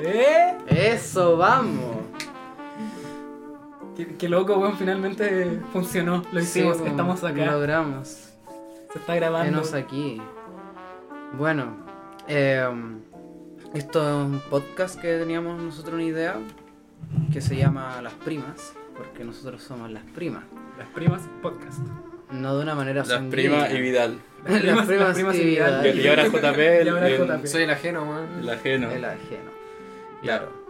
¿Eh? Eso, vamos. Qué, qué loco, weón, finalmente funcionó. Lo Sí, hicimos, po, estamos acá. Lo logramos. Se está grabando. Venos aquí. Bueno, eh, esto es un podcast que teníamos nosotros una idea que se llama Las Primas, porque nosotros somos las primas. Las primas podcast. No de una manera Las primas y Vidal. Las primas, las primas primas y y Vidal. Vidal. Y ahora JP, Y ahora el- JP. Soy el ajeno, weón. El ajeno. El ajeno. Claro.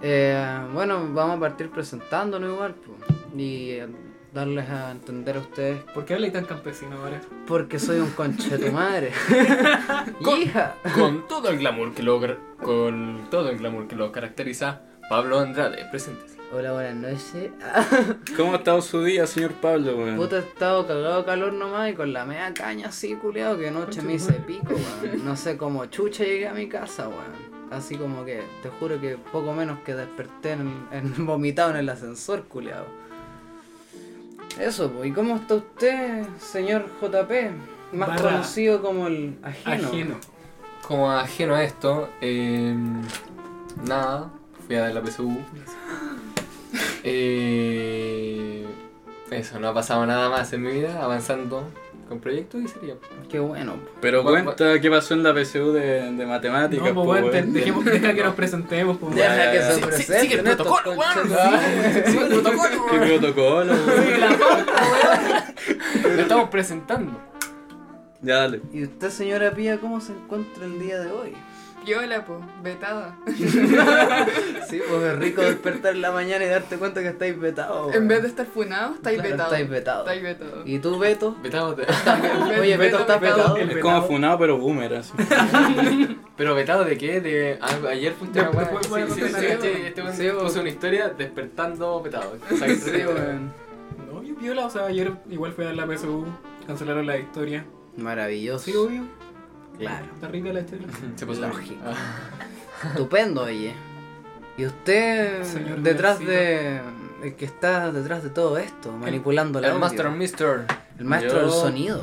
Eh, bueno, vamos a partir presentándonos igual po, y eh, darles a entender a ustedes ¿Por qué habla tan campesino ahora? porque soy un conche de tu madre. ¡Hija! Con todo el glamour que lo gra- con todo el glamour que lo caracteriza, Pablo Andrade, presentes. Hola, buenas noches. Ah, ¿Cómo ha estado su día, señor Pablo? weón? Puta, he estado cagado de calor nomás y con la media caña así, culiado, que anoche me hice pico, weón. No sé cómo chucha llegué a mi casa, weón. Así como que, te juro que poco menos que desperté en, en- vomitado en el ascensor, culiado. Eso, pues. ¿Y cómo está usted, señor JP? Más Barra. conocido como el ajeno. Ajeno. Como ajeno a esto, eh, nada, fui a la PSU. Eh, eso, no ha pasado nada más en mi vida, avanzando con proyectos y sería. Qué bueno. Pero Bu- cuenta qué pasó en la PSU de, de matemáticas. No, po, pues weón, te- weón. dejemos, deja que nos presentemos, pues weón. Deja que sí, se sí, presenten sigue el estos protocolo, weón. conchetumares. Sigue el protocolo, ¿Qué weón. protocolo? weón? Lo estamos presentando. ya dale. ¿Y usted, señora Pía, cómo se encuentra el día de hoy? Viola, po, vetada. Sí, pues es rico despertar en la mañana y darte cuenta que estáis vetado. En vez de estar funado, estáis Oh, Claro, vetado. estáis vetado. Estáis vetado. ¿Y tú, Beto? Vetado de- Oye, Beto, ¿estás vetado? El Es como pelado. funado, pero boomer. Así. ¿Pero vetado de qué? De, a- ayer fuiste a una Después weá. voy a Sí, sí, contar sí, la sí, weá. Este weón Sí, puso weón. una historia despertando vetado. O sea, que- No, yo piola, o sea, ayer igual fui a la PSU, cancelaron la historia. Maravilloso. Sí, obvio. Claro. Está rica la historia. Se puso Lógico. Ah, Estupendo, oye. ¿Y usted, Señor detrás de. el que está detrás de todo esto, manipulando la El Master and Mister. el maestro Yo, del sonido,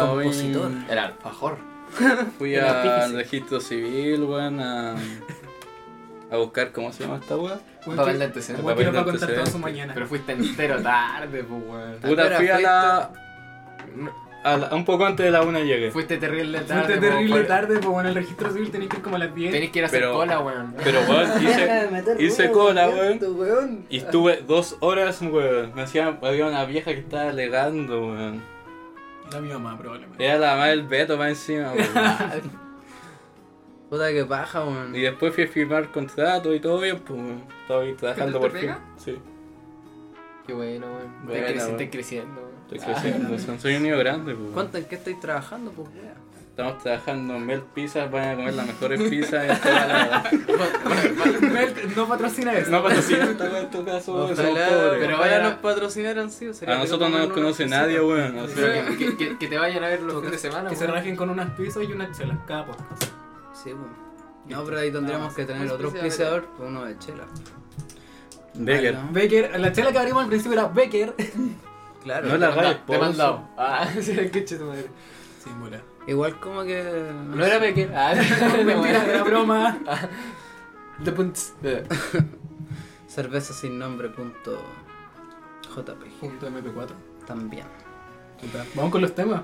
el compositor. hoy El alfajor. Fui El al artífice. registro civil, weón, a, a buscar cómo se llama esta weá. Weón, Papel que- de antecedentes, weón, que papel nos va a contar de toda su antecedentes. mañana. Pero fuiste entero tarde, pues weón. Puta, hora fui a fuiste? la, a la- Un poco antes de la una llegué. Fuiste terrible tarde. Fuiste po, terrible weón. tarde, pues bueno, el registro civil tenés que ir como a las 10. Tenés que ir a hacer Pero- cola, weón. Pero weón, hice. hice cola, weón. weón. Y estuve dos horas, weón. Me hacían, había una vieja que estaba alegando, weón. Era mi mamá, probablemente. Era la madre del Beto más encima, weón. Puta que paja, weón. Y después fui a firmar contrato y todo bien, pues, weón. Estaba ahí trabajando ¿Te por fin. pega? Sí, Qué bueno, weón. Buena, Te creci- weón. Te creciendo, weón. estoy creciendo. son- Soy un niño grande, pues. weón. ¿Cuánto en qué estáis trabajando, pues, weón? Estamos trabajando en Mel Pizzas, van a comer las mejores pizzas en toda la... Mel, no patrocina eso. No pasa así, en tu caso, weón, somos Ojalá, pobres. pero Ojalá ahora nos nos patrocinaran, sí. A nosotros no nos conoce nadie, weón. o sea, Pero que, que- que te vayan a ver los fines de semana, Que se weón. rajen con unas pizzas y unas chelas cada podcast. Sí, pues. No, pero ahí tendríamos que tener otro auspiciador, pues uno de chela. Becker. Ah, Becker, la chela que abrimos al principio era Becker. no. Claro. No la rayes, po. Demandado. Ah, sí, el coche de tu madre. Sí, mola. Igual como que. No era pequeño. Ah, Mentira, era broma. The punts. Eh, Cerveza sin nombre punto JPG Punto MP4. también. Puta, Vamos con los temas.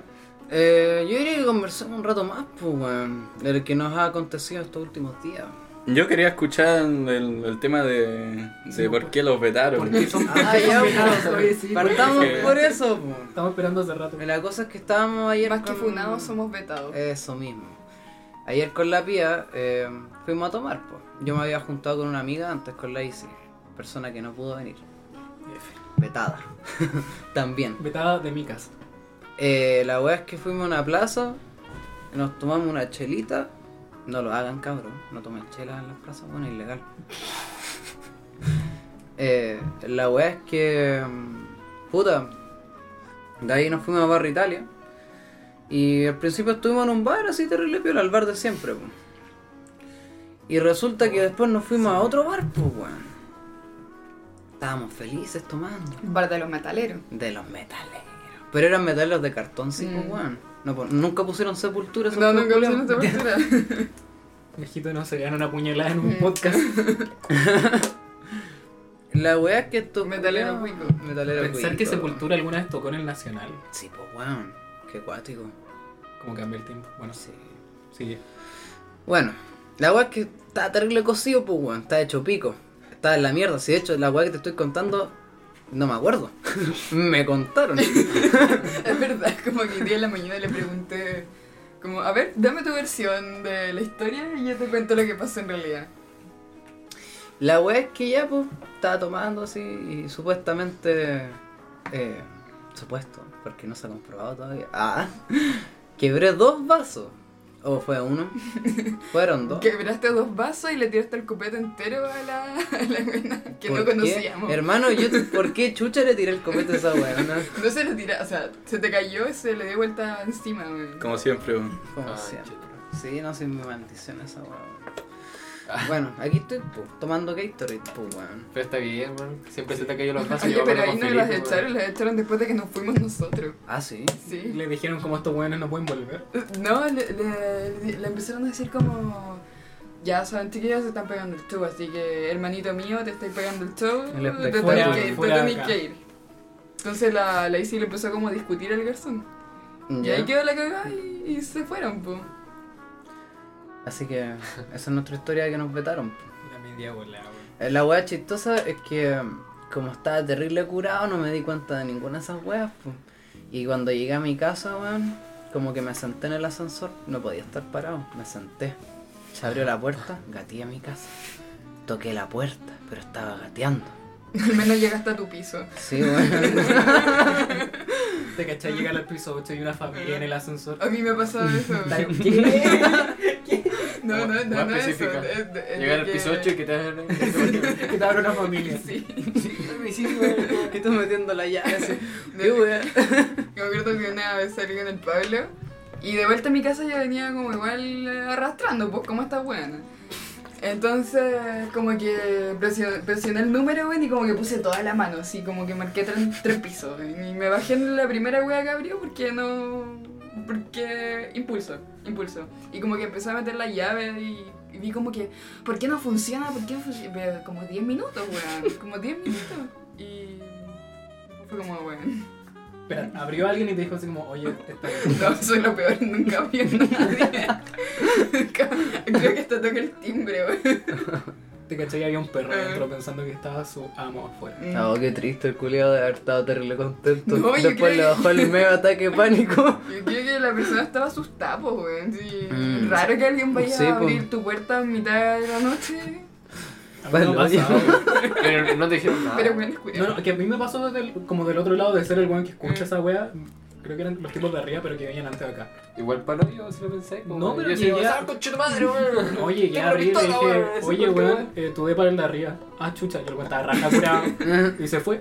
Eh, yo diría que conversemos un rato más, pues, weón. De lo que nos ha acontecido estos últimos días. Yo quería escuchar el, el tema de, de Sí, por por- qué los vetaron. Porque son Ah, ya, son venados, oye, pues. sí, Partamos porque- por eso, pues. Estamos esperando hace rato. La cosa es que estábamos ayer. Más que con- funados, somos vetados. Eso mismo. Ayer con la pía eh, fuimos a tomar, pues. Yo me había juntado con una amiga antes con la Isi, persona que no pudo venir. Vetada. También. Vetada de mi casa. Eh, la weá es que fuimos a una plaza, nos tomamos una chelita. No lo hagan, cabrón. No tomen chela en las plazas, bueno, ilegal. Eh, la weá es que. mm, Puta. De ahí nos fuimos a Barra Italia. Y al principio estuvimos en un bar así terrible piola, al bar de siempre, po. Y resulta que después nos fuimos a otro bar, pues, weón. Estábamos felices tomando. Bar de los metaleros. De los metaleros. Pero eran metaleros de cartón, sí, pues, Mm. weón. No, pues, nunca pusieron sepultura. esos No, culiados. nunca lo hicieron esta persona. Mijito, no se dan una puñalada en un Mm. podcast. La weá es que estos. Metalero cuico. Metalero Pensar que cuico, weón. Sepultura alguna vez tocó en el Nacional. Sí, pues weón. Qué cuático. Como cambia el tiempo. Bueno, Sí. sigue. Bueno, la weá es que está terrible cocido, pues weón. Está hecho pico. Está en la mierda. Si de hecho la weá que te estoy contando, no me acuerdo. me contaron. Es verdad, como que hoy día en la mañana le pregunté, como, a ver, dame tu versión de la historia y yo te cuento lo que pasó en realidad. La weá es que ya, pues, estaba tomando así y supuestamente. eh, supuesto, porque no se ha comprobado todavía. Ah, quebré dos vasos. ¿O fue uno? Fueron dos. Quebraste dos vasos y le tiraste el copete entero a la, a la buena que no ¿Por qué? conocíamos. Hermano, yo, te- ¿por qué chucha le tiré el copete a esa weá? no? No se lo tira, o sea, se te cayó y se le dio vuelta encima, weón. Como siempre, weón. Como Ah, sea. chuta. Sí, no soy mi maldición esa weá. weón. Ah. Bueno, aquí estoy po, tomando Gatorade, pues weón. Pero está bien, weón. Siempre se te ha caído los vasos. Oye, yo me pero acuerdo ahí no con las Felipe, weón. echaron, las echaron después de que nos fuimos nosotros. Ah, sí. Sí. Le dijeron como estos buenos no pueden volver. No, le, le- le empezaron a decir como... Ya saben, chiquillos, se están pegando el show, así que hermanito mío, te estáis pegando el show, El te espectáculo. tenés Fuera, que ir, te fuera tenés acá. que ir. Entonces la, la Izzy le empezó como a discutir al garzón. Y ahí Ya. quedó la cagada y, y se fueron, po. Así que esa es nuestra historia que nos vetaron. po. La media bola, weón. Eh, La weá chistosa es que um, como estaba terrible curado no me di cuenta de ninguna de esas weas. po. Y cuando llegué a mi casa, weón, como que me senté en el ascensor, no podía estar parado, me senté. Se abrió la puerta, gateé a mi casa. Toqué la puerta, pero estaba gateando. Al menos llegaste a tu piso. Sí, weón. Te cachai llegar al piso 8 y una familia en el ascensor. A mí me ha pasado eso. No, no, no, Más no, eso. específica. es- es Llegar al que- piso 8 y que te hagan. que te abre una familia. Sí. Estoy metiendo la llave así. De- Me acuerdo que una vez salí con el Pablo y de vuelta a mi casa ya venía como igual eh, arrastrando, pues como está buena. Entonces, como que presio- presioné el número, weón, y como que puse toda la mano, así como que marqué tres, tres pisos. weón, Y me bajé en la primera wea que abrió porque no. porque. impulso, impulso. Y como que empecé a meter la llave y, y vi como que. ¿por qué no funciona? ¿Por qué no funciona? Pero Como 10 minutos, weón, como 10 minutos. Y. fue como, weón. Espera, abrió alguien y te dijo así como, oye, está bien. No, soy lo peor, nunca vi a nadie. Nunca- Creo que hasta toca el timbre, Te cachai había un perro adentro pensando que estaba su amo afuera. güey. No, qué triste el culiado de haber estado terrible contento. No, yo Después creo le que- bajó el medio ataque de pánico. Yo creo que la persona estaba asustada, pues, güey. Sí. Mm. Raro que alguien vaya Sí, a po. abrir tu puerta en mitad de la noche. A mí Bueno, me ha pasado, ya. weón. Pero no te dijeron Ah. nada. Pero bueno, es cuidado. No, no, que a mí me pasó del- como del otro lado de ser el weón que escucha esa wea. Creo que eran los tipos de arriba, pero que venían antes de acá. Igual para yo, si lo pensé. como- No, pero yo llegué a- con tu madre, weón. Oye, que Tengo abrí y le pistola, dije, weón, ese oye, corte, weón, eh, tu depa era el de arriba. Ah, chucha, yo lo estaba raja curado. y se fue.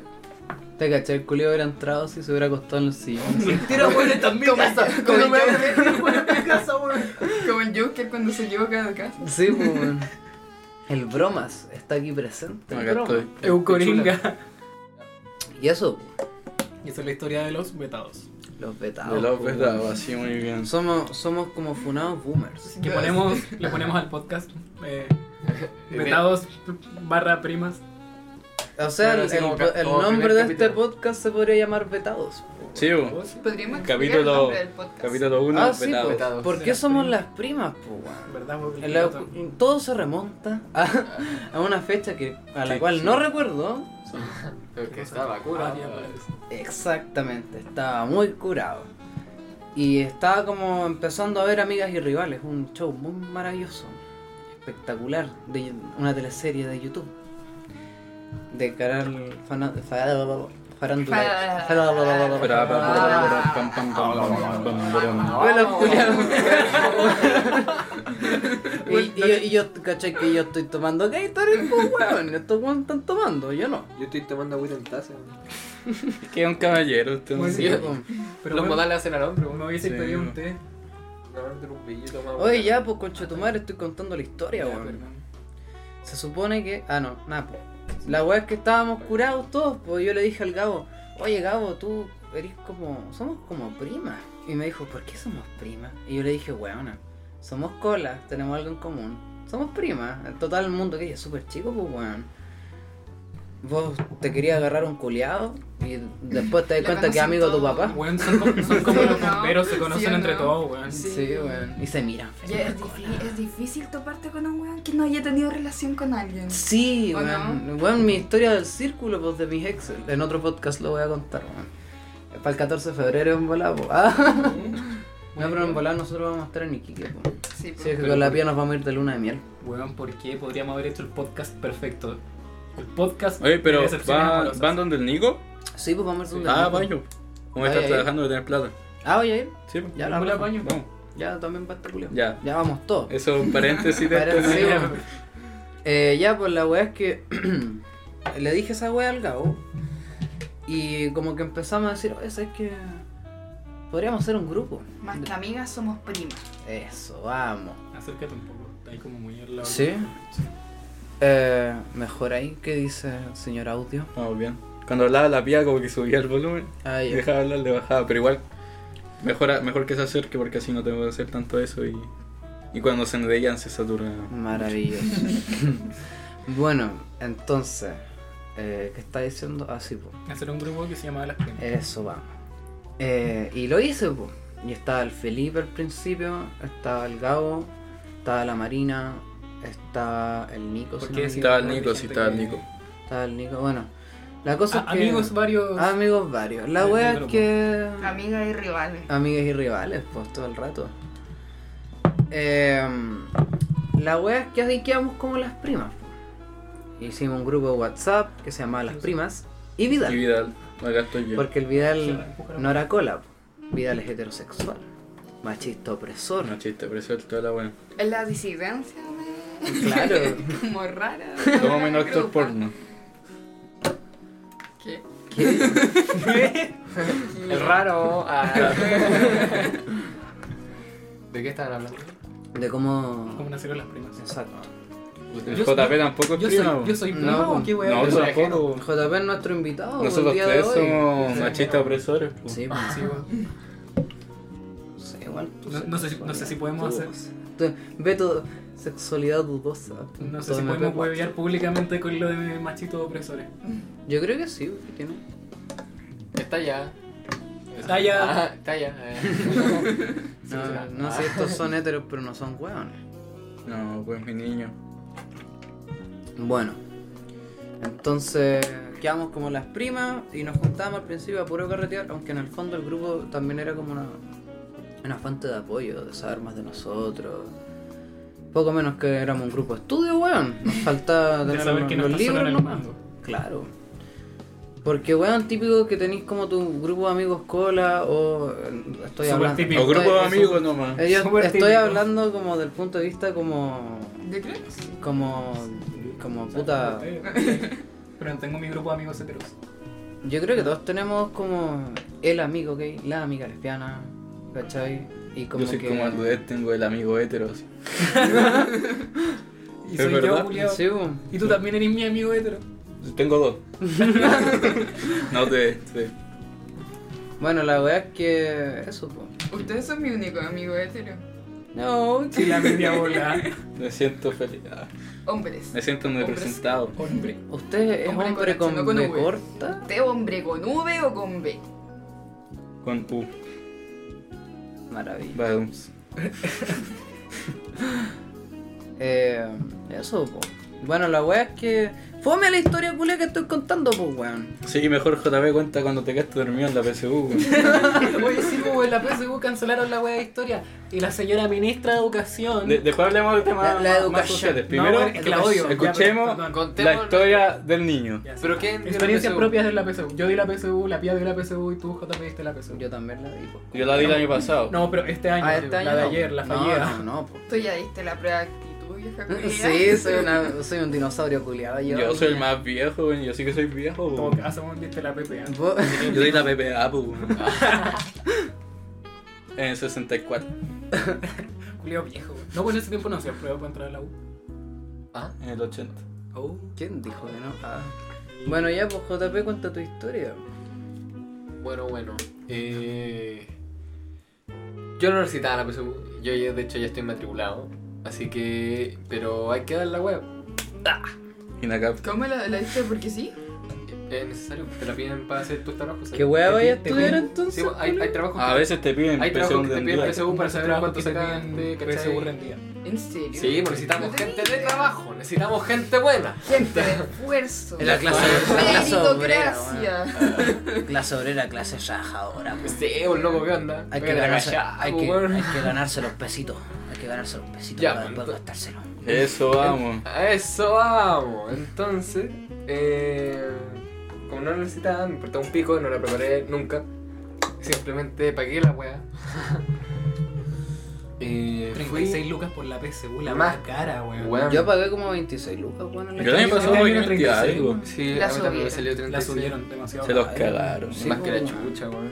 Te caché, el culiado hubiera entrado si se hubiera acostado en el sillón. así. Tira, weón, está en mi casa. como No me yo. abres, no me abres mi casa, weón. Como el Joker cuando se equivoca de casa. Sí, pues, weón. El bromas está aquí presente. Acá estoy. Eucoringa. Y eso, pues, Y esa es la historia de los vetados. los vetados. De la pues, oferta, weón. así muy bien. Somos, somos como funados boomers. Que ponemos, le ponemos al podcast. Eh, vetados barra primas. O sea, Bueno, el, así como el- ca- el como nombre primer de este capítulo. podcast se podría llamar Vetados. pues. Sí, weón. Podríamos explicar Capítulo- el nombre del podcast. Capítulo 1, ah, sí, pues, Vetados. ¿por De qué las somos primas. las primas, pues, weón? ¿Verdad? porque En la- todo se remonta a, a una fecha que, a la Sí, cual sí. no recuerdo. Porque estaba ah, curado. pues. Exactamente, estaba muy curado. Y estaba como empezando a ver Amigas y Rivales, un show muy maravilloso, espectacular, de una teleserie de YouTube. De canal fana- fa- farándula. Fa- Farándula. Hola, Julián. Y, y- y yo caché que yo estoy tomando Gatorade, pues weón, estos weón están tomando, yo no. Yo estoy tomando agüita en taza. Que un caballero, este usted Muy no sé. bien. pues. Pero Los bueno, modales hacen al hombre, me weón. hubiese Sí. pedido un té. Oye, ya, pues concha tu madre, estoy contando la historia, Ya, weón. perdón. Se supone que. Ah, no, nada, pues. La weá es que estábamos curados todos, pues yo le dije al Gabo, oye Gabo, tú eres como. somos como primas. Y me dijo, ¿por qué somos primas? Y yo le dije, weona, somos colas, tenemos algo en común. Somos primas. En total, el mundo que es súper chico, pues, weón. Vos te querías agarrar un culiado y después te das Le cuenta que es conocen amigo de tu todo. papá. Weón, son, co- son como Sí, los ¿no? bomberos, se Sí, conocen ¿no? entre todos, weón. Sí. Sí, weón. Y se miran. Y es, difí- es difícil toparte con un weón que no haya tenido relación con alguien. Sí, ¿O weón. Weón, mi historia del círculo pues, de mis ex. En otro podcast lo voy a contar, weón. Para el 14 de febrero en volá, po. Ah. No, pero en volá nosotros vamos a estar en Iquique, po. Sí, pues. Sí, es que con la pía nos vamos a ir de luna de miel. Weón, ¿por qué podríamos haber hecho el podcast perfecto? El podcast Oye, de pero decepciones ¿va- amorosas. ¿van donde el Nico? Sí, pues vamos a ir de Ah, baño. Como Ay, estás ay. trabajando de tener plata. Ah, voy a ir. Sí, pues. Ya la Hola, raja. paño. Vamos. Ya también va a estar culiao. Ya. Ya vamos todos. Eso es un paréntesis de Parece- este- Sí, weón. Eh, ya, pues la weá es que le dije esa weá al Gabo. Y como que empezamos a decir, oye, ¿sabes que Podríamos hacer un grupo. Más que amigas somos primas. Eso, vamos. Acércate un poco, está ahí como muy al lado. ¿Sí? Eh, mejor ahí, ¿qué dice el señor audio? Vamos bien. Cuando hablaba la pía como que subía el volumen. Ahí. Y dejaba hablar, le bajaba. Pero igual, mejor, a- mejor que se acerque porque así no tengo que hacer tanto eso. Y, y cuando se veían se satura. Maravilloso. bueno, entonces, eh, ¿qué está diciendo? Así, pues. Hacer un grupo que se llamaba Las Primas. Eso vamos. Eh, y lo hice, po. Y estaba el Felipe al principio, estaba el Gabo, estaba la Marina, estaba el Nico. ¿Por si qué no me decís- Estaba el bueno, Nico, hay sí, gente estaba el que- Nico. equivoco. Estaba el Nico. Bueno, la cosa Ah, es que. Ah, amigos varios. Amigos varios. La Del wea es grupo. que. Amigas y rivales. Amigas y rivales, pues, todo el rato. Em, la wea es que así quedamos como las primas. po. Hicimos un grupo de WhatsApp que se llamaba Las Primas y Vidal. Y Vidal, acá estoy yo. Porque el Vidal no era cola, po. Vidal es heterosexual, machista opresor. No chiste, pero eso es toda la buena. Es la disidencia de... Claro. Como rara. Como menos actor porno. ¿Qué? El raro. Ah. ¿De qué estaban hablando? De cómo. ¿Cómo nacieron las primas? Exacto. El Yo- JP tampoco es Yo prima, soy, bo. yo soy No, prima, ¿o po. qué weón? No, pues. yo soy tampoco. bo. JP es nuestro invitado. po, el Nosotros día de tres hoy. somos machistas opresores. pues. bo. Sí, po. Sí, pues. weón. Sí, igual. tú No- no sé si- no sé si podemos hacer- Tú- Beto, sexualidad dudosa. No sé si Todo me podemos preocupa. huevear públicamente con lo de machitos opresores. Yo creo que sí, que tiene. Está ya. Está ya. Ah, está ya. eh. No, Ah. Ah. no sé si estos son héteros, pero no son hueones. No, pues mi niño. Bueno, entonces quedamos como las primas y nos juntábamos al principio a puro carretear, aunque en el fondo el grupo también era como una, una fuente de apoyo, de saber más de nosotros. Poco menos que éramos un grupo de estudio, weón. Nos faltaba De tener saber los, que no los estás solo libros en el nomás. mundo. Claro. Porque, weón, típico que tenéis como tu grupo de amigos cola o... eh, Estoy Súper hablando... típico. O estoy- grupo de es- amigos nomás. eh, yo Súper estoy típico. hablando como del punto de vista como... ¿De crees? Como... Como puta... Pero no tengo mi grupo de amigos heteros. Yo creo que todos tenemos como el amigo gay, la amiga lesbiana, ¿cachai? Y como Yo soy que... como Andrés, tengo el amigo hetero. así. Y Es soy verdad. yo, Julián. Sí, bu. Y tú también eres mi amigo hetero. Tengo dos. no este. te. te- Bueno, la verdad es que... Eso, po. Ustedes son mi único amigo hetero. No, Y la media bola. Me siento feliz. ah, Hombres. Me siento muy representado. Hombre. ¿usted es Hombre hombre, con con, H, no con B V. corta? ¿Te hombre con V o con B? Con U. Maravilla. Badums. Eh, eso, po. Bueno, la weá es que... Fome la historia culia que estoy contando, pues, weón. Sí, mejor JP cuenta cuando te quedaste dormido en la PSU. güey. Oye, sí, como en la PSU cancelaron la wea de historia. Y la señora ministra de Educación. De- después hablemos de La- temas la más- educación. más sociales. No, Primero, bueno, es que la odio. escuchemos Ya, perdón. la historia del niño. Ya, sí. ¿Pero qué? Experiencias propias de la PSU. Yo di la PSU, la Pía dio la PSU y tú, J, diste la PSU. Yo también la di, po. Yo la di el año pasado. No, pero este año, Ah, este año la de no. ayer, la No, fallida. No, no, po. Tú ya diste la prueba de actitud, vieja culia. Sí, soy, una, soy un dinosaurio culiado. Yo, Yo soy el más viejo, güey, yo sí que soy viejo. En todo güey. caso, weón, diste la PPA. Vos- Yo soy la PPA, pues. güey. En 64. Culeo viejo. weón. No, pues en ese tiempo no hacía prueba para entrar a la U. Ah, En el 80. Oh. ¿Quién dijo que no? Ah. Bueno, ya, pues JP, cuenta tu historia. bueno, bueno. Eh, yo no necesitaba la PSU. yo ya- de hecho ya estoy matriculado. Así que. Pero hay que dar la web. Y Nakap. ¿Cómo la, la diste? Porque sí. Es necesario. Te la piden para hacer tus trabajos. ¿sabes? ¿Qué hueá vaya a Te estudiar piden- entonces? Sí, bueno, hay, hay trabajos A que- veces te piden Hay PC trabajos que un te piden día. PSU para saber cuánto sacan de. se ¿cachai? aburren día. ¿En serio? Sí, pues necesitamos gente de trabajo, necesitamos gente buena. Gente de esfuerzo. Es pues, la clase, la clase obrera. weón. Meritocracia. Clase obrera, clase raja ahora. pues. Sí, un loco, ¿qué onda? Hay que, Pégate la ganarse, cachá, hay, po, que, weón. hay que ganarse los pesitos. Hay que ganarse los pesitos Ya, para pues, después entonces- gastárselo. Eso vamos. A eso vamos. Entonces, eh, como no la necesitaba, me importaba un pico, no la preparé nunca. Simplemente pagué la weá. eh, fui- 36 lucas por la PSU, la Más. más cara, weón. Weón. Yo pagué como 26 lucas, bueno, en la Yo el año Este pasado año pagué era 30 36. algo. Sí, La a mí también me subieron. salió La 36. subieron demasiado. Se los Ay, cagaron. sí. Más que la po, chucha, weón.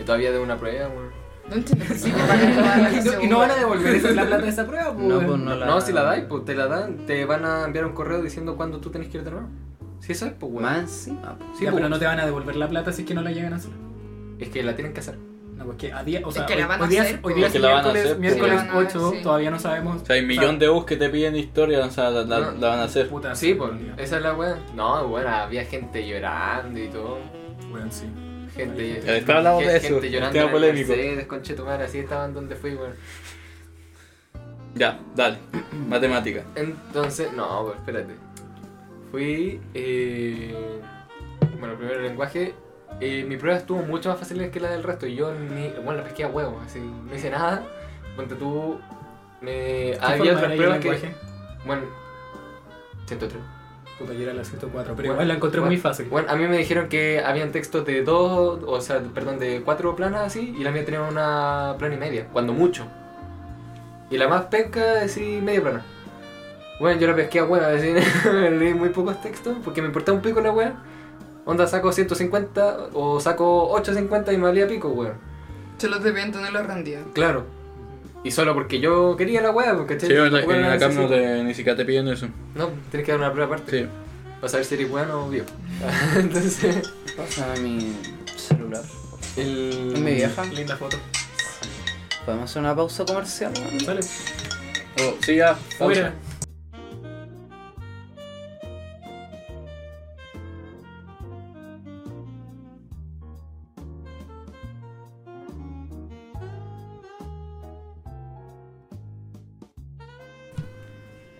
Y todavía de una prueba, weón. No entiendo por qué pagan toda la Y no- PSU, y no van a weón. devolver esa, la plata de esa prueba, pues. No, weón. pues no la. No, si la dais, pues te la dan, te van a enviar un correo diciendo cuándo tú tenés que ir de nuevo. Si eso es, pues weón. Más encima, pues. Sí, Ya, pues, pero no te van a devolver la plata si es que no la llegan a hacer. Es que la tienen que hacer. No, pues que a día, o sea, que hoy, la van a hoy día, hacer, hoy día pues. es Que la van a miércoles, hacer, pues. miércoles Que la van a 8, hacer, sí. todavía no sabemos. O sea, hay un millón de bus que te piden historia, o sea, la, la- No. la van a hacer. putas. Sí, pues, esa es la weá. No, bueno, había gente llorando y todo. Weón, sí. Gente, Ya, después Eh, hablamos de gen- eso, Gente un llorando. tema en el polémico. Mercedes, conche tu madre, así estaban donde fui, weón. Ya, dale. Matemática. Entonces, no, pues, espérate. Fui. Eh, bueno, primero el lenguaje. Eh, mi prueba estuvo mucho más fácil que la del resto. Y yo ni. Bueno, la pesqué a huevo, así. No hice nada. Ponte tú. Me, Ah, había otras pruebas que. Bueno. 103. Puta, yo era la 104, pero Bueno, igual la encontré bueno, muy fácil. Bueno, a mí me dijeron que habían textos de dos, o sea, perdón, de cuatro planas así, y la mía tenía una plana y media, cuando mucho. Y la más pesca, así, media plana. Bueno, yo la pesqué a hueá, así, leí muy pocos textos, porque me importaba un pico la hueá. Onda, saco 150 o saco 850 y me valía pico, weón. Solo te piden tener los rendidos. Claro. Y solo porque yo quería la hueá, porque Sí, en la, Tampoco en la la CAM no necesito. te- ni siquiera te piden eso. No, tienes que dar una prueba aparte. Sí. Para saber si eres bueno o vivo. Entonces. Pásame mi celular. El... Es mi vieja. Linda foto. ¿Podemos hacer una pausa comercial? weón? Sale. Oh, sí, ya. Fuera.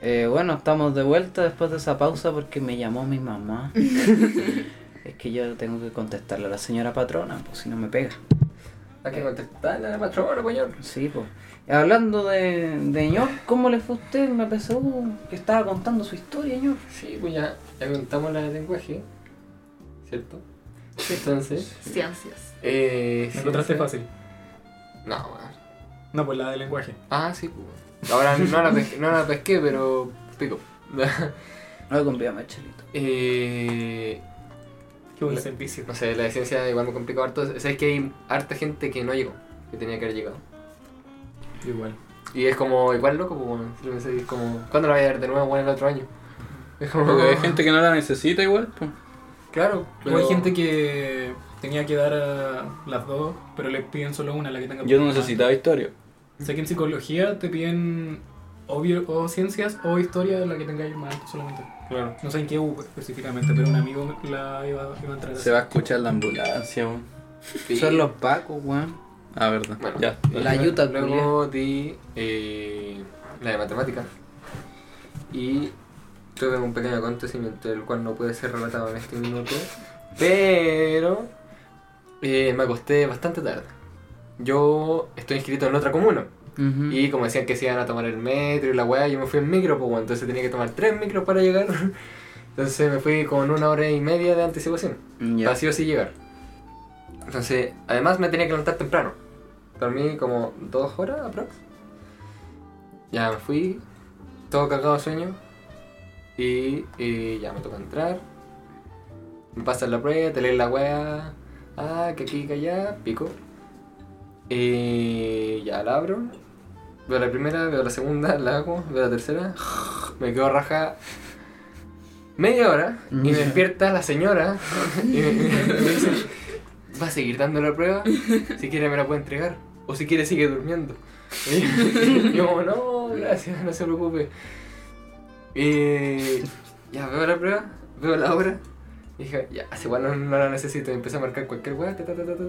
Eh, bueno, estamos de vuelta después de esa pausa porque me llamó mi mamá. es que yo tengo que contestarle a la señora patrona, pues si no me pega. Hay que contestarle a la patrona, coño. Sí, pues. Hablando de, de ñor, ¿cómo le fue a usted en la PSU? Que estaba contando su historia, ñor. Sí, pues ya, ya contamos la de lenguaje, ¿cierto? Entonces, Ciencias. eh. La encontraste sí, fácil. No, weón. No, pues la de lenguaje. Ah, sí, pues. Ahora no la pesqué, no la pesqué pero pico. No le cumplía más, chelito. eh, Qué buen servicio. no sé, la de ciencia igual me complicó harto. Sabes que hay harta gente que no llegó, que tenía que haber llegado. Igual. Y es como, igual loco, pues, bueno, si lo pensé, es como, ¿cuándo la voy a dar de nuevo, bueno, el otro año? Es como, Ah, Porque hay gente que no la necesita igual, pues. claro, O hay gente que tenía que dar a las dos, pero le piden solo una, la que tenga. Yo no necesitaba historia. Sé que en psicología te piden o, bio- o ciencias o historia, la que tengáis más alto solamente. Claro. No sé en qué U específicamente, pero un amigo la iba, iba a entrar. Se va a escuchar la ambulancia, weón. Son los pacos, weón. Ah, verdad. Bueno. ya. La yuta, culiao. Luego di eh, la de matemática. Y tuve un pequeño acontecimiento del cual no puede ser relatado en este minuto. Pero eh, me acosté bastante tarde. Yo estoy inscrito en otra comuna. Ujú. Y como decían que se iban a tomar el metro y la weá, yo me fui en micro, pues bueno, entonces tenía que tomar tres micros para llegar. Entonces me fui con una hora y media de anticipación. Ya. Para sí o sí llegar. Entonces, además me tenía que levantar temprano. Dormí como dos horas aprox. Ya me fui, todo cagado de sueño. Y, y ya me toca entrar. Me pasan la prueba, te leen la wea. Ah, que aquí, que allá, pico. Y ya la abro. Veo la primera, veo la segunda, la hago, veo la tercera. Me quedo raja media hora y me Ya. despierta la señora y me, me dice, ¿va a seguir dando la prueba? Si quiere me la puede entregar. o si quiere sigue durmiendo. Y yo como, no, gracias, no se preocupe. Y ya veo la prueba, veo la obra. y Dije, ya, si igual no, no la necesito. Y empecé a marcar cualquier weá. ta, ta, ta, ta, ta.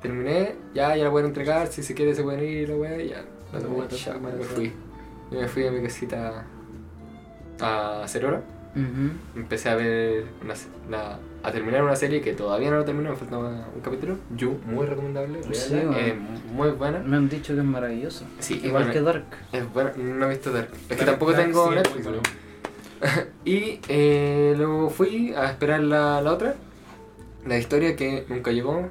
Terminé, ya, ya la pueden entregar. Si se quiere, se pueden ir. y La weá, y ya. La tomé, What the chao, fuck, me man. fui. Yo me fui a mi casita a hacer hora. Ujú. Empecé a ver una, se- la- a terminar una serie que todavía no la termino, me faltaba un capítulo. You, muy recomendable, Sí, véanla, bueno. eh, muy buena. Me han dicho que es maravilloso. Sí, Igual Eh, bueno, que Dark. Es buena, no he visto Dark. Es que Dark- tampoco Dark tengo sí es Netflix. muy bueno. Y eh, luego fui a esperar la, la otra, la historia que nunca llegó,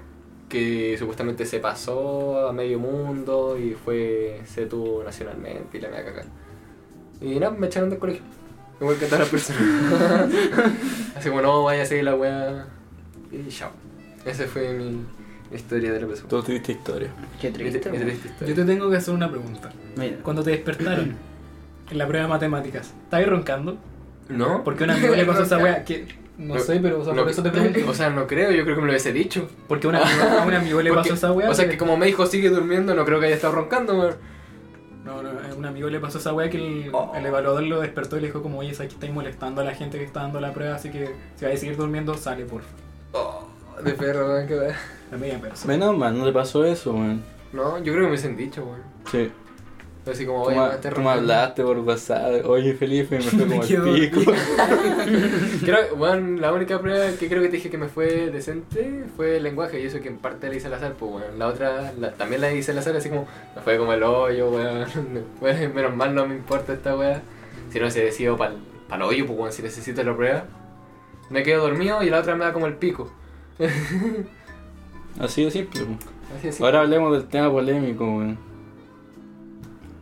que supuestamente se pasó a medio mundo y fue se tuvo nacionalmente y la me cagar. Y nada, me echaron del colegio. Igual que todas las personas. Así como no, vaya a seguir la wea. Y chao. Esa fue mi historia de la persona. Todo triste historia. Qué Mi- mi triste. weón. triste historia. Yo te tengo que hacer una pregunta. Mira. Cuando te despertaron en la prueba de matemáticas, ¿estabas roncando? ¿No, Porque a un amigo le pasó esa wea que no sé, pero o sea, No- por eso te pregunto. O sea, no creo, yo creo que me lo hubiese dicho. Porque a un amigo, a un amigo le Porque- pasó esa wea. O sea, que como me dijo sigue durmiendo, no creo que haya estado roncando, weón. No, no, a un amigo le pasó esa wea que el, Oh. el evaluador lo despertó y le dijo como, oye, sabes que estáis molestando a la gente que está dando la prueba, así que si vais a seguir durmiendo, sale, porfa. Oh, de perro, weón, qué weón. La media persona. Menos mal, no le pasó eso, weón. No, yo creo que me hubiesen dicho, weón. Sí. Así como, Tú me- oye, este weón, estás tú me roncando. hablaste por WhatsApp. Oye, Felipe, me fue como quedo el pico. Creo, weón, la única prueba que creo que te dije que me fue decente fue el lenguaje, y eso que en parte la hice al azar, pues, weón. La otra la- también la hice al azar, así como, me fue como el hoyo, weón. Weón, menos mal no me importa esta weá. Si no, se decido para el hoyo, pues, weón, si necesito la prueba. Me quedo dormido y la otra me da como el pico. Así de simple. weón. Así así. Ahora hablemos del tema polémico, weón.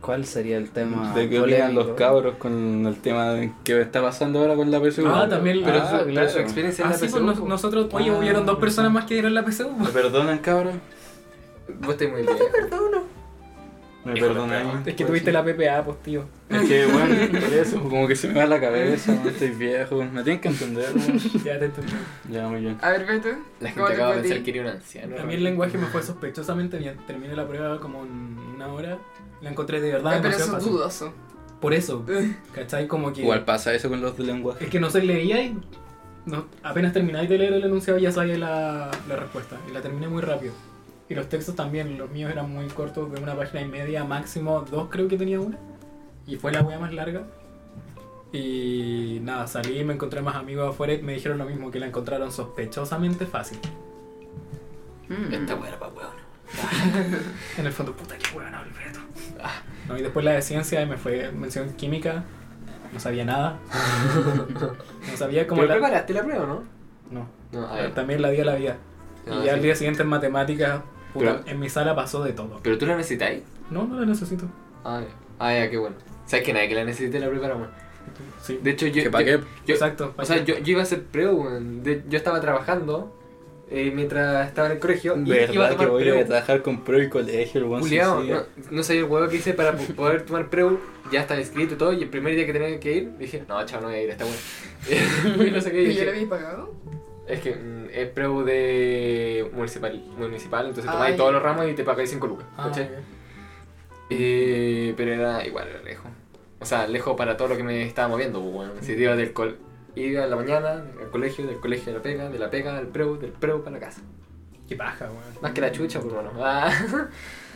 ¿Cuál sería el tema? De qué opinan los polémico? cabros con el tema de que está pasando ahora con la PSU. Ah, también- ah, Pero eso- pero eso Pero su explica- experiencia en la Así pues PSU, nos- po. nosotros, oye, Ah, hubieron dos no. personas más que dieron la PSU. ¿Me perdonan, cabros? Vos estás muy bien. Me Híjole, perdonan. Es que tuviste la PPA, pues tío. Es que, bueno, por eso, como que se me va la cabeza, weón, estoy viejo. Me tienen que entender, weón. Ya te entendí. Ya, muy bien. A ver, Beto. La gente ¿cómo acaba te fue de a ti? pensar que era un anciano. A mí el lenguaje me fue sospechosamente bien. Terminé la prueba como en una hora. La encontré de verdad Ah, pero demasiado eso es fácil. dudoso. Por eso, ¿cachai? Como que... Igual pasa eso con los de lenguaje. Es que no se leía y no- apenas termináis de leer el enunciado ya sabía la, la respuesta. Y la terminé muy rápido. Y los textos también, los míos eran muy cortos, de una página y media, máximo dos creo que tenía una. Y fue la wea más larga. Y nada, salí, me encontré más amigos afuera y me dijeron lo mismo, que la encontraron sospechosamente fácil. Esta weá era pa' weón. En el fondo, puta que weón, Alfredo. Ah, No, y después la de ciencia me fue mención química, no sabía nada. no sabía cómo ¿Pero la... preparaste la prueba o no? No, No, a ver. también la di a la vida. Ah, y ya al sí. día siguiente en matemáticas, puta, Pero- en mi sala pasó de todo. ¿Pero tú la necesitáis? No, no la necesito. Ah, ya. Ah, ya, qué bueno. Sabes que nadie que la necesite la prepara, weón. Sí, De hecho, yo. ¿Que pa' yo- qué? yo- exacto. o sea, yo, yo iba a hacer preo, weón. De- Yo estaba trabajando eh, mientras estaba en el colegio. y iba a Verdad tomar que voy preo. a trabajar con pro y colegio, el buen Juliado, suicida. no, no sabía el huevo que hice para po- poder tomar preu, ya estaba inscrito y todo, y el primer día que tenía que ir, dije, no, chao, no voy a ir, está bueno. y no sé qué, y ¿Y yo lo dije, había pagado? es que mm, es preu de municipal, municipal entonces tomáis Ay. todos los ramos y te pagáis 5 lucas, Ah, ¿cachai? ok. Eh, pero era igual, era lejos. O sea, lejos para todo lo que me estaba moviendo, pues, bueno. Si iba del col iba en la mañana al colegio, del colegio a la pega, de la pega al preu, del preu para la casa. Qué paja, weón. Más que la chucha, por bueno. Ah.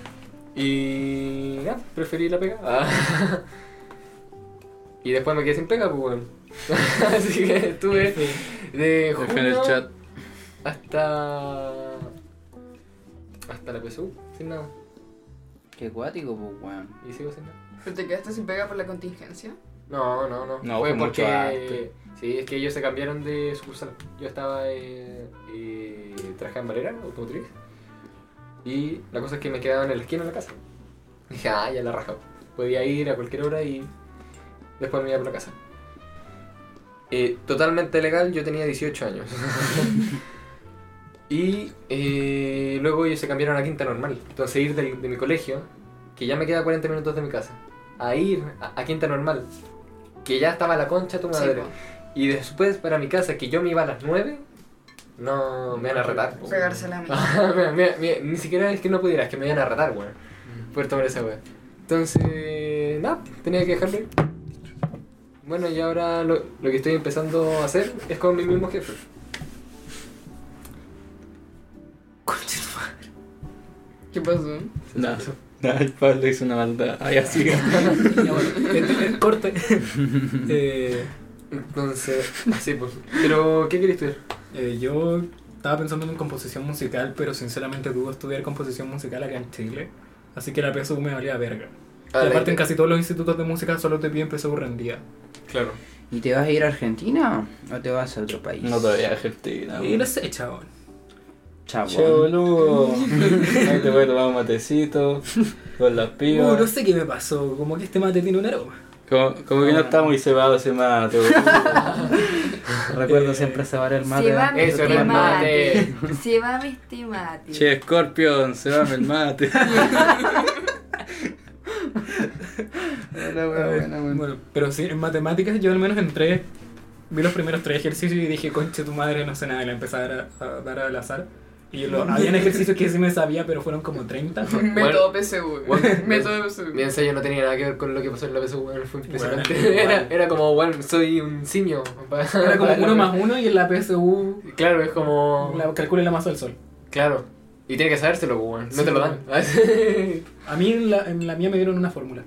Y. Ya, preferí la pega. Ah. Y después me quedé sin pega, pues bueno. Así que estuve de F junio en el chat. hasta. hasta la PSU, sin nada. Qué cuático, pues, weón. Y sigo sin nada. ¿Pero te quedaste sin pega por la contingencia? No, no, no. No, Fue fue mucho porque. antes. Sí, es que ellos se cambiaron de sucursal. Yo estaba eh, eh, trabajaba en Valera, automotriz. Y la cosa es que me quedaba en la esquina de la casa. Dije, ah, ya la raja. Podía ir a cualquier hora y después me iba para la casa. Eh, totalmente legal, yo tenía 18 años. y eh, luego ellos se cambiaron a quinta normal. Entonces ir del- de mi colegio, que ya me queda 40 minutos de mi casa, a ir a, a quinta normal, que ya estaba la concha de tu Sí, madre. po. Y después para mi casa, que yo me iba a las 9, no, me van a retar. po. pegársela a mí. Ah. Me- me- me- ni siquiera es que no pudiera, es que me iban a retar, weón. poder tomar esa weá. Entonces, nada, tenía que dejarlo ir. Bueno, y ahora lo, lo que estoy empezando a hacer es con mi mismo jefe. Concha tu madre. ¿Qué pasó? Nada. Ay, Pablo hizo una maldad. Ay, así. Ya bueno, este- este- corte. Eh, Entonces, así pues. Pero, ¿qué querías estudiar? eh, yo estaba pensando en composición musical, pero sinceramente dudo estudiar composición musical acá en Chile. Así que la PSU me valía verga. Y aparte en casi todos los institutos de música solo te piden PSU rendida. Claro. ¿Y te vas a ir a Argentina o te vas a otro país? No todavía Ah, Argentina. Y no sé, chabón. Chabón. Che, boludo. Ahí te voy a tomar un matecito con las Uh, no pibas. sé qué me pasó, como que este mate tiene un aroma. Como, como Ah. que no está muy cebado ese mate. boludo. Recuerdo Eh, siempre cebar el mate. Llévame antes de Eso este no es tomar mate. mate. Llévame este mate. Che, Scorpion, cebame el mate. Una wea buena, weón. Bueno, pero sí, en matemáticas yo al menos entré, vi los primeros tres ejercicios y dije, conche tu madre, no sé nada, y la empecé a dar, a- a dar al azar. Y lo, habían ejercicios que sí me sabía, pero fueron como 30. Bueno. Método PSU. Bueno. Método PSU. Mi ensayo no tenía nada que ver con lo que pasó en la PSU, weón, fue impresionante. Bueno, igual. era, era como, bueno, soy un simio. Era como uno más uno y en la PSU Claro, es como... la, calcula la masa del sol. Claro. Y tiene que sabérselo, pues, weón. No Sí, te lo dan. A mí en la, en la mía me dieron una fórmula.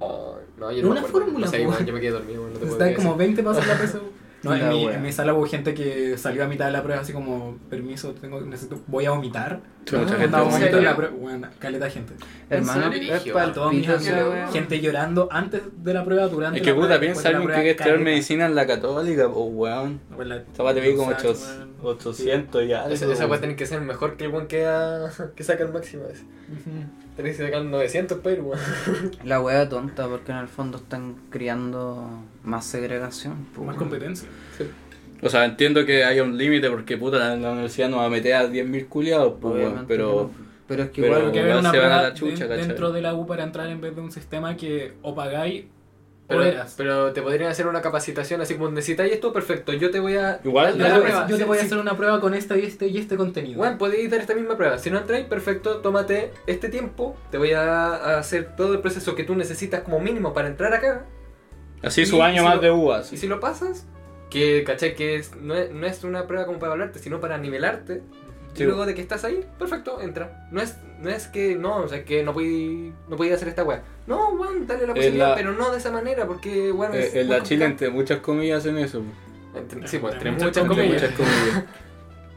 Oh, no, yo no Una me acuerdo. fórmula, No sé, weón. weón, yo me quedé dormido, weón, no te puedo Estaban creer. como 20 pasos en la PSU. No, en, La mi, wea. en mi sala hubo gente que salió a mitad de la prueba así como, permiso, tengo, necesito, voy a vomitar. Chuta, Ah, gente. Estaba ¿en vomitando serio? la prueba. Bueno, caleta de gente. Hermano, serio? es Igual, Todos mis palpito esa amigos, wea. gente llorando antes de la prueba, durante Es que la prueba. puta, después piensa de la alguien que prueba, quiere estudiar caleta. medicina en la católica, oh weón. Bueno, la- Esa va te vi como o sea, 800 bueno, 800 y algo. Esa, esa weá tiene que ser mejor que el weón que, ha- que saca el máximo. ese. ujú. Tenés que sacar 900 pero weón. La wea tonta, porque en el fondo están criando más segregación. po, Más weón. competencia. O sea, entiendo que haya un límite porque puta, la, la universidad no va a meter a 10.000 culiados, pues, weón, Obviamente pero que no. pero es que pero- igual Porque Como había más una se van a prueba la chucha, den- ¿cachai? dentro de la U para entrar en vez de un sistema que o pagáis o Pero, eras. pero te podrían hacer una capacitación así como necesitáis esto, perfecto. Yo te voy a. igual Yo la te, voy- prueba, yo te sí, voy a sí. hacer una prueba con este y este y este contenido. Bueno, podéis dar esta misma prueba. Si no entráis, perfecto, tómate este tiempo. Te voy a a hacer todo el proceso que tú necesitas como mínimo para entrar acá. así Y- su año y- más de uvas. Y si lo pasas, que caché que es, no, es, no es una prueba como para evaluarte, sino para nivelarte. Sí. Y luego de que estás ahí, perfecto, entra. No es, no es que no, o sea, que no podí, no podía hacer esta weá. No, weón, dale la En posibilidad, Eh, la- pero no de esa manera, porque weón. Eh, es en muy la Chile, complicado. entre muchas comillas, en eso. pues. Entre- Sí, pues, entre Entre muchas muchas Entre comillas. muchas comillas.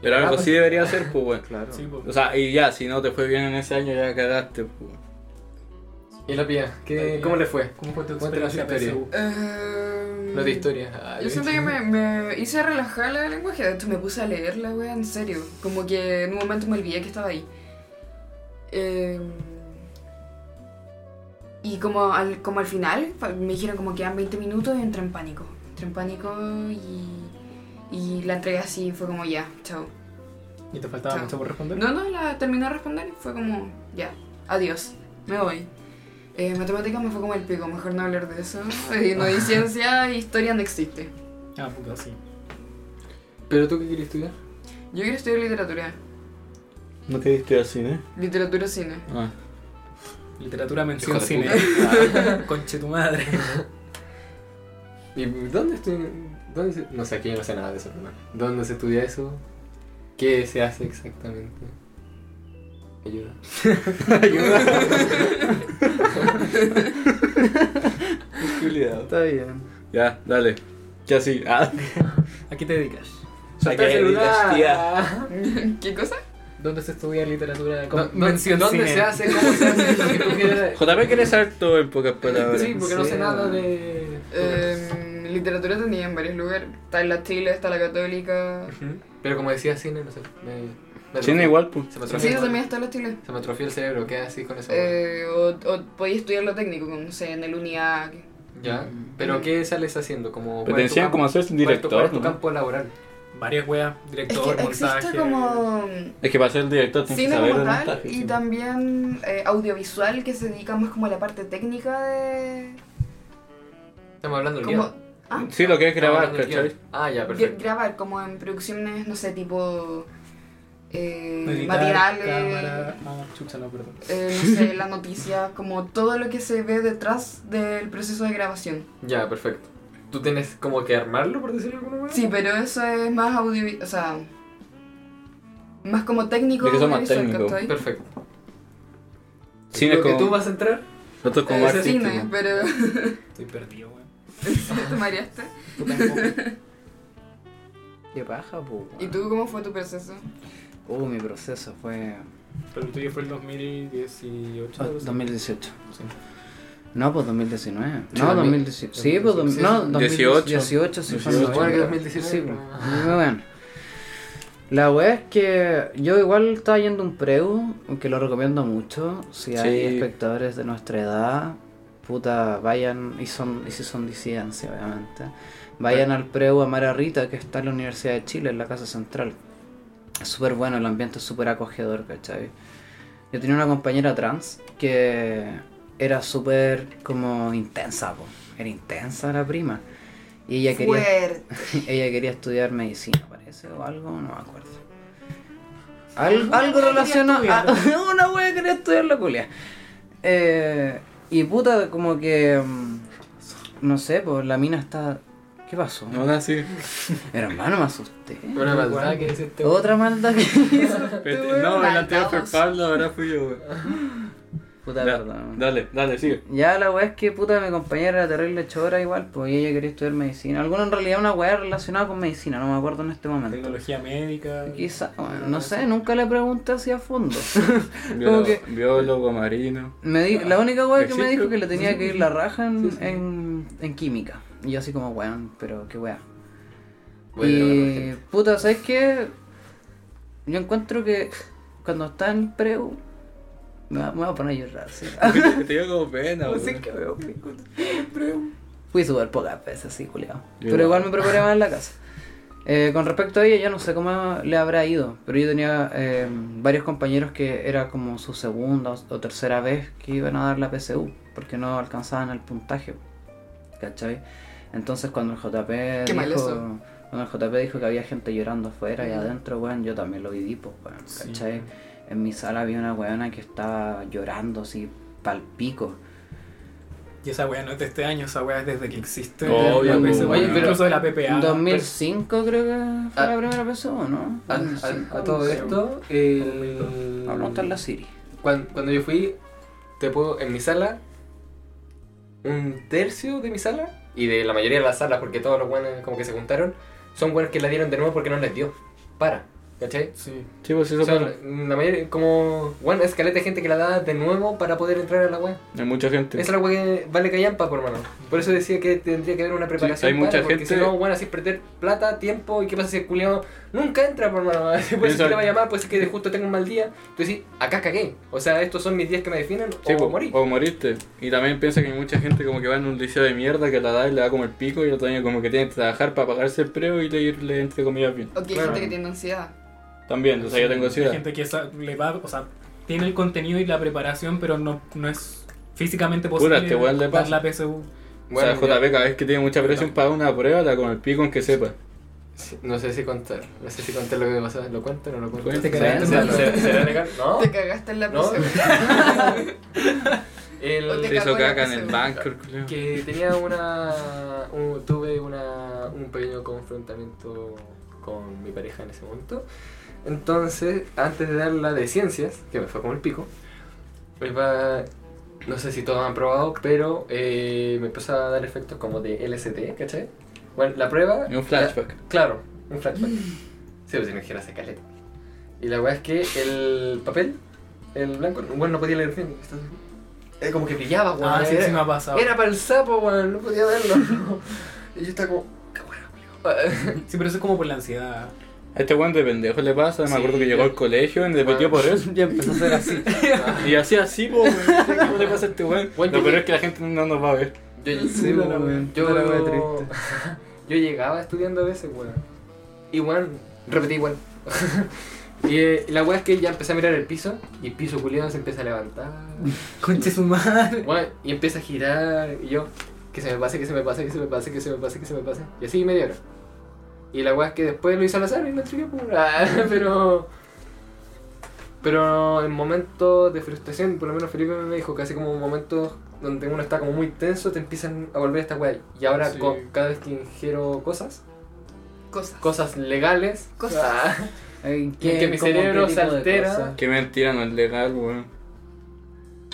Pero Ah, algo pues. así debería ser, pues, weón. claro. Sí, po. O sea, y ya, si no te fue bien en ese año, ya cagaste, pues. weón. ¿Y la pía? ¿Qué, ¿Cómo le fue? ¿Cómo fue tu Cuéntanos experiencia tu PSU? Eh, Lo de historia. Ay, Yo siento que me, me hice relajar la lenguaje, de hecho me puse a leerla, wea, en serio. Como que en un momento me olvidé que estaba ahí. Eh, y como al, como al final, fa- me dijeron como quedan 20 minutos y entré en pánico. Entré en pánico y, y la entregué así, fue como ya, chao. ¿Y te faltaba Chao. mucho por responder? No, no, la terminé de responder y fue como, ya, adiós, me voy. Eh, matemáticas me fue como el pico, mejor no hablar de eso. Eh, no di ciencia, historia no existe. Ah, puta, sí. ¿Pero tú qué querías estudiar? Yo quiero estudiar literatura, No te diste al cine. literatura cine. Ah. Literatura, mención, Hijo de cine. Conche tu madre. ¿Y dónde estudia? Dónde se- No sé, aquí yo no sé nada de eso, hermano. ¿Dónde se estudia eso? ¿Qué se hace exactamente? Ayuda. Culiado. Está bien. Ya, dale. Ya sí. Ah. ¿A qué te dedicas? ¡Suelta el celular! ¿Qué cosa? ¿Dónde se estudia literatura? ¿Dó- Con- dó- mención, ¿Dónde cine. se hace? ¿Cómo se hace? Lo que tú quieras. JP quiere saber todo en pocas palabras. Sí, porque no Sí. sé nada de... Eh, literatura tenía en varios lugares. Está en la Chile, está la Católica. Ujú. ¿Mm? Pero como decía cine, no sé. Me, me Cine atrofia. igual, pues. Se me Sí, atrofió. eso también está en la Chile. Se me atrofió el cerebro, queda así con eso. Eh, o, o podía estudiar lo técnico, como, no sé, en el UNIAC. ¿Ya? ¿Pero qué sales haciendo? Pero Como, ¿cuál Pues te es tu enseñan campo- cómo hacerse un cuál es tu- ¿Cuál director, es tu ¿no? campo laboral? Varias weas, Es director, que existe montaje. como Es que para ser director tienes que cine saber como el tal montaje, y sí. también eh, audiovisual que se dedica más como a la parte técnica de... Estamos hablando del Como, guión. ah, Sí, lo que es Estamos grabar, hablando del ¿cachai? guión. Ah, ya, gra- perfecto. grabar como en producciones, no sé, tipo eh, Editar, matinales, cámara- Ah, chucha, no, perdón. eh, no sé, las noticias, como todo lo que se ve detrás del proceso de grabación. Ya, perfecto. Tú tienes como que armarlo, por decirlo de alguna manera. Sí, pero eso es más audio, o sea, más como técnico. Es que son más audiovisual, técnicos. ¿cachai? Perfecto. Cine es Lo que como. tú vas a entrar, Nosotros como Eh, más cine, artístico. pero Estoy perdido, weón. te mareaste. Tú tampoco. Qué paja, pues. ¿Y tú cómo fue tu proceso? Uh, mi proceso fue. Pero el tuyo fue el 2018. oh, algo así. 2018. Sí. No, pues 2019. Sí, no, también. 2018. Sí, pues. dom- No, 18. 2018. Sí, fue 18. en Bueno, que noviembre. 2019, Sí, pues. no. Muy bueno. La wea es que yo igual estaba yendo a un preu, que lo recomiendo mucho. Si hay Sí. espectadores de nuestra edad, puta, vayan, y son y si son disidencia, obviamente. Vayan al preu a Mara Rita, que está en la Universidad de Chile, en la Casa Central. Es súper bueno, el ambiente es súper acogedor, ¿cachai? Yo tenía una compañera trans que era súper como intensa, po. era intensa la prima. Y ella quería Fuerte. ella quería estudiar medicina, parece, o algo, no me acuerdo. Al- algo relacionado a una wea quería estudiar la culia. Eh, y puta, como que. mm, No sé, pues la mina está. ¿Qué pasó? No, nada así. Hermano, me asusté. Una maldad Igual que que ese te- Otra maldad que. No, el anterior fue Maldadoso. Pablo, ahora fui yo, weón. Puta, Ya, perdón. Dale, dale, sigue. Ya la weá es que puta mi compañera era terrible chora igual, pues y ella quería estudiar medicina. Alguna en realidad una weá relacionada con medicina, no me acuerdo en este momento. Tecnología médica. Quizá, bueno, no sé, nunca le pregunté así a fondo. Biólogo, que- biólogo marino. Me di- la única weá que me ¿existe? dijo que le tenía que ir la raja en, en, en química. Y yo así como, weón, pero qué weá. Voy a drogar a la Y puta, ¿sabes qué? Yo encuentro que cuando está en preu, me va- me voy a poner a llorar. ¿sí? Te dio como pena, Pues weón. Fui súper pocas veces, sí, culiao. Yo Pero igual. igual me preparé más en la casa. Eh, con respecto a ella, yo no sé cómo le habrá ido, pero yo tenía eh, varios compañeros que era como su segunda o- o tercera vez que iban a dar la PSU, porque no alcanzaban el puntaje, ¿cachai? Entonces cuando el JP Qué dijo, mal eso. cuando el JP dijo que había gente llorando afuera y adentro, weón, yo también lo viví, pues, weón, Sí. ¿cachai? En mi sala había una weona que estaba llorando así, palpico. Y esa weá no es de este año, esa weá es desde que existe. Obvio, la PSU, oye, pero- incluso de la PPA. pues. En 2005 creo que fue Ah. la primera PSU, ¿no? A, a- a todo esto, eh, el... Hablamos con la Siri. Cuando, cuando yo fui, te puedo, en mi sala, un tercio de mi sala, y de la mayoría de las salas, porque todos los buenos como que se juntaron, son buenos que la dieron de nuevo porque no les dio. Para, ¿cachai? Sí. Sí, pues eso O sea, pasa. la mayoría, como, bueno, escaleta de gente que la da de nuevo para poder entrar a la web. Hay mucha gente. Esa es la web que vale callampa, por hermano. Por eso decía que tendría que haber una preparación. hay mucha para, porque gente- Si no, bueno, así es perder plata, tiempo, y qué pasa si el culiao nunca entra, por hermano. Puede ser Piensa- que le va a llamar, puede ser que de justo tengo un mal día. Tú decís, acá cagué. O sea, estos son mis días que me definen, Sí, o po, morí. o moriste. Y también piensa que hay mucha gente como que va en un liceo de mierda que la da y le da como el pico y otro año como que tiene que trabajar para pagarse el preo y leerle entre comillas bien. ¿O que hay Claro. gente que tiene ansiedad? También, o sea, yo tengo Hay ansiedad. gente que esa- le va, o sea, tiene el contenido y la preparación, pero no, no es físicamente posible este weón le dar pasa. la PSU. o Bueno, sea, JP cada vez que tiene mucha presión para una prueba la da con el pico aunque sepa. ya- no sé si contar, no sé si contar lo que me pasó. ¿Lo cuento o no lo cuento? Pues, Este ¿Se- carácter se- no. se- ¿Será legal? No. Te cagaste en la No. presión. El- O te Se hizo cagó la caca en el PSU. banco, el culiao. que tenía una un- tuve una, un pequeño confrontamiento con mi pareja en ese momento entonces antes de dar la de ciencias que me fue como el pico me va- no sé si todos han probado pero eh, me empezó a dar efectos como de LSD ¿cachai? bueno la prueba Y un flashback. Claro, un flashback. Sí, pues imagina esa caleta. Y la weá es que el papel, el blanco, bueno, no podía leer bien. estaba así. Era como que brillaba, weón. Ah, sí, era, sí me ha pasado. era para el sapo, weón, no podía verlo. y yo estaba como, qué weá, culiao". Sí, pero eso es como por la ansiedad. A este weón de pendejo le pasa, me Sí, acuerdo que ya. llegó al colegio y le metió por eso. Ya empezó a ser así. Y así así, po, weón. ¿Qué le pasa a este weón? Bueno, Lo yo- peor es que la gente no nos va a ver. Yo, Sí, yo- weón, yo, puta la weá triste. yo llegaba estudiando a veces, weón. Y weón, repetí igual. y eh, la weá es que ya empecé a mirar el piso y el piso culiado se empieza a levantar. Conche su madre. Bueno, y empieza a girar y yo, que se me pase, que se me pase, que se me pase, que se me pase, que se me pase. Y así media hora. Y la weá es que después lo hizo al azar y lo estrelló, pues, ah, pero Pero en momentos de frustración, por lo menos Felipe me dijo que hace como momentos donde uno está como muy tenso, te empiezan a volver esta weá. Y ahora Sí. con- cada vez que ingiero cosas, Cosas. cosas legales, Cosas. ah, ¿En que mi cómo, cerebro qué se tipo de altera. cosas? Qué mentira, no es legal, weón.